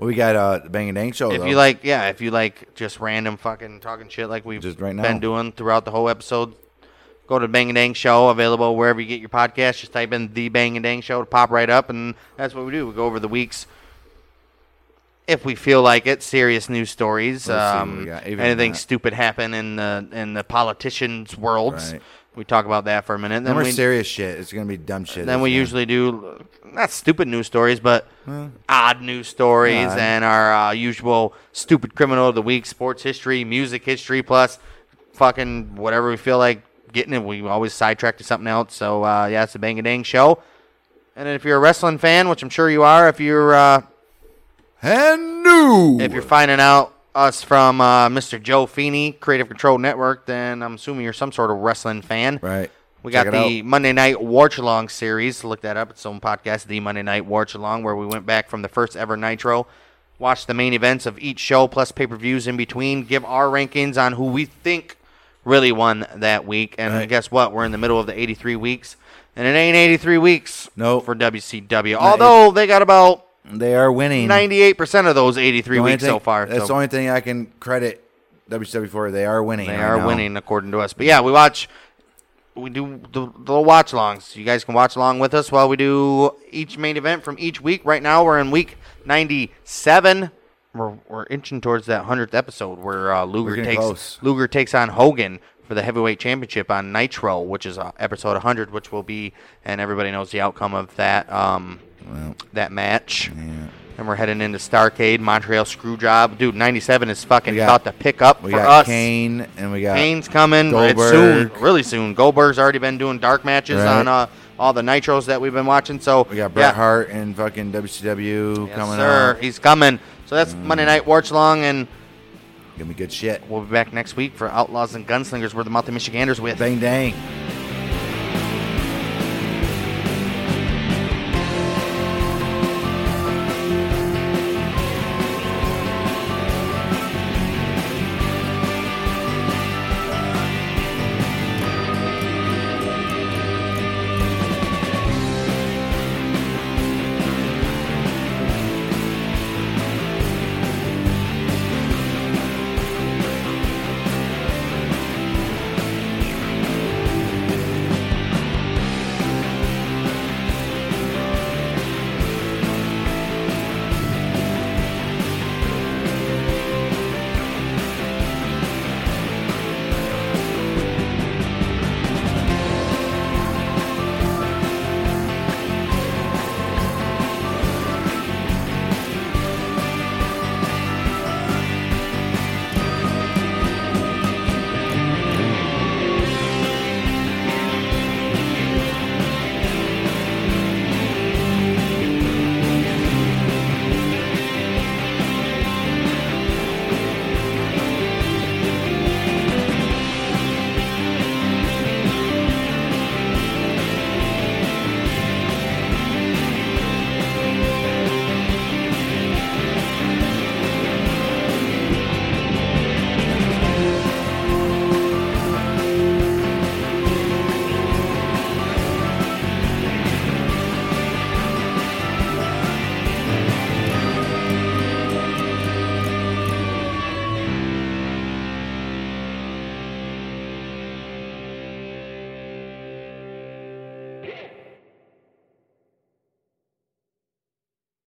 Well, we got uh, the Bang and Dang show.
If
though.
you like, yeah, if you like just random fucking talking shit like we've
Just right now.
been doing throughout the whole episode, go to Bang and Dang Show, available wherever you get your podcast. Just type in The Bang and Dang Show to pop right up, and that's what we do. We go over the weeks, if we feel like it, serious news stories.
Let's see what we
Um,
got. Even
anything
that.
stupid happen in the in the politicians' worlds.
Right.
We talk about that for a minute.
No
Then
more
we
serious shit. It's gonna be dumb shit.
then we
It's
usually do uh, not stupid news stories, but odd news stories
Yeah.
and our uh, usual stupid criminal of the week, sports history, music history, plus fucking whatever we feel like keep getting it. We always sidetrack to something else. So uh, yeah, it's a bang a dang show. And then if you're a wrestling fan, which I'm sure you are, if you're uh,
And new.
if you're finding out us from uh, Mr. Joe Feeney, Creative Control Network, then I'm assuming you're some sort of wrestling fan.
right.
We
Check
got
it
the
out.
Monday Night Watch Along series. Look that up. It's on podcast, the Monday Night Watch Along, where we went back from the first ever Nitro, watched the main events of each show plus pay per views in between, give our rankings on who we think really won that week. And
Right.
guess what? We're in the middle of the 83 weeks, and it ain't 83 weeks
No.
for WCW. Although they got about
They are winning.
98% of those 83
The only
weeks
thing-
so far.
That's
so.
the only thing I can credit WCW for. They are winning.
They
right
are
now.
winning according to us. But yeah, we watch. We do the, the little watch alongs. You guys can watch along with us while we do each main event from each week. Right now, we're in week 97. We're, we're inching towards that 100th episode where uh, Luger
getting
takes
close.
Luger takes on Hogan for the heavyweight championship on Nitro, which is uh, episode 100, which will be, and everybody knows the outcome of that um, that match. And we're heading into Starcade, Montreal Screwjob. Dude, 97 is fucking
We got-
about to pick up
We
for
got
us.
Kane and we got
Kane's coming right soon,
Goldberg.
really soon. Goldberg's already been doing dark matches
Right.
on uh, all the nitros that we've been watching. So
we got
yeah.
Bret Hart and fucking WCW
Yes,
coming Mm.
sir. He's coming. So that's Monday Night Watch Long, and
up. Give me good shit.
we'll be back next week for Outlaws and Gunslingers. We're the Multi Michiganders with.
Dang dang.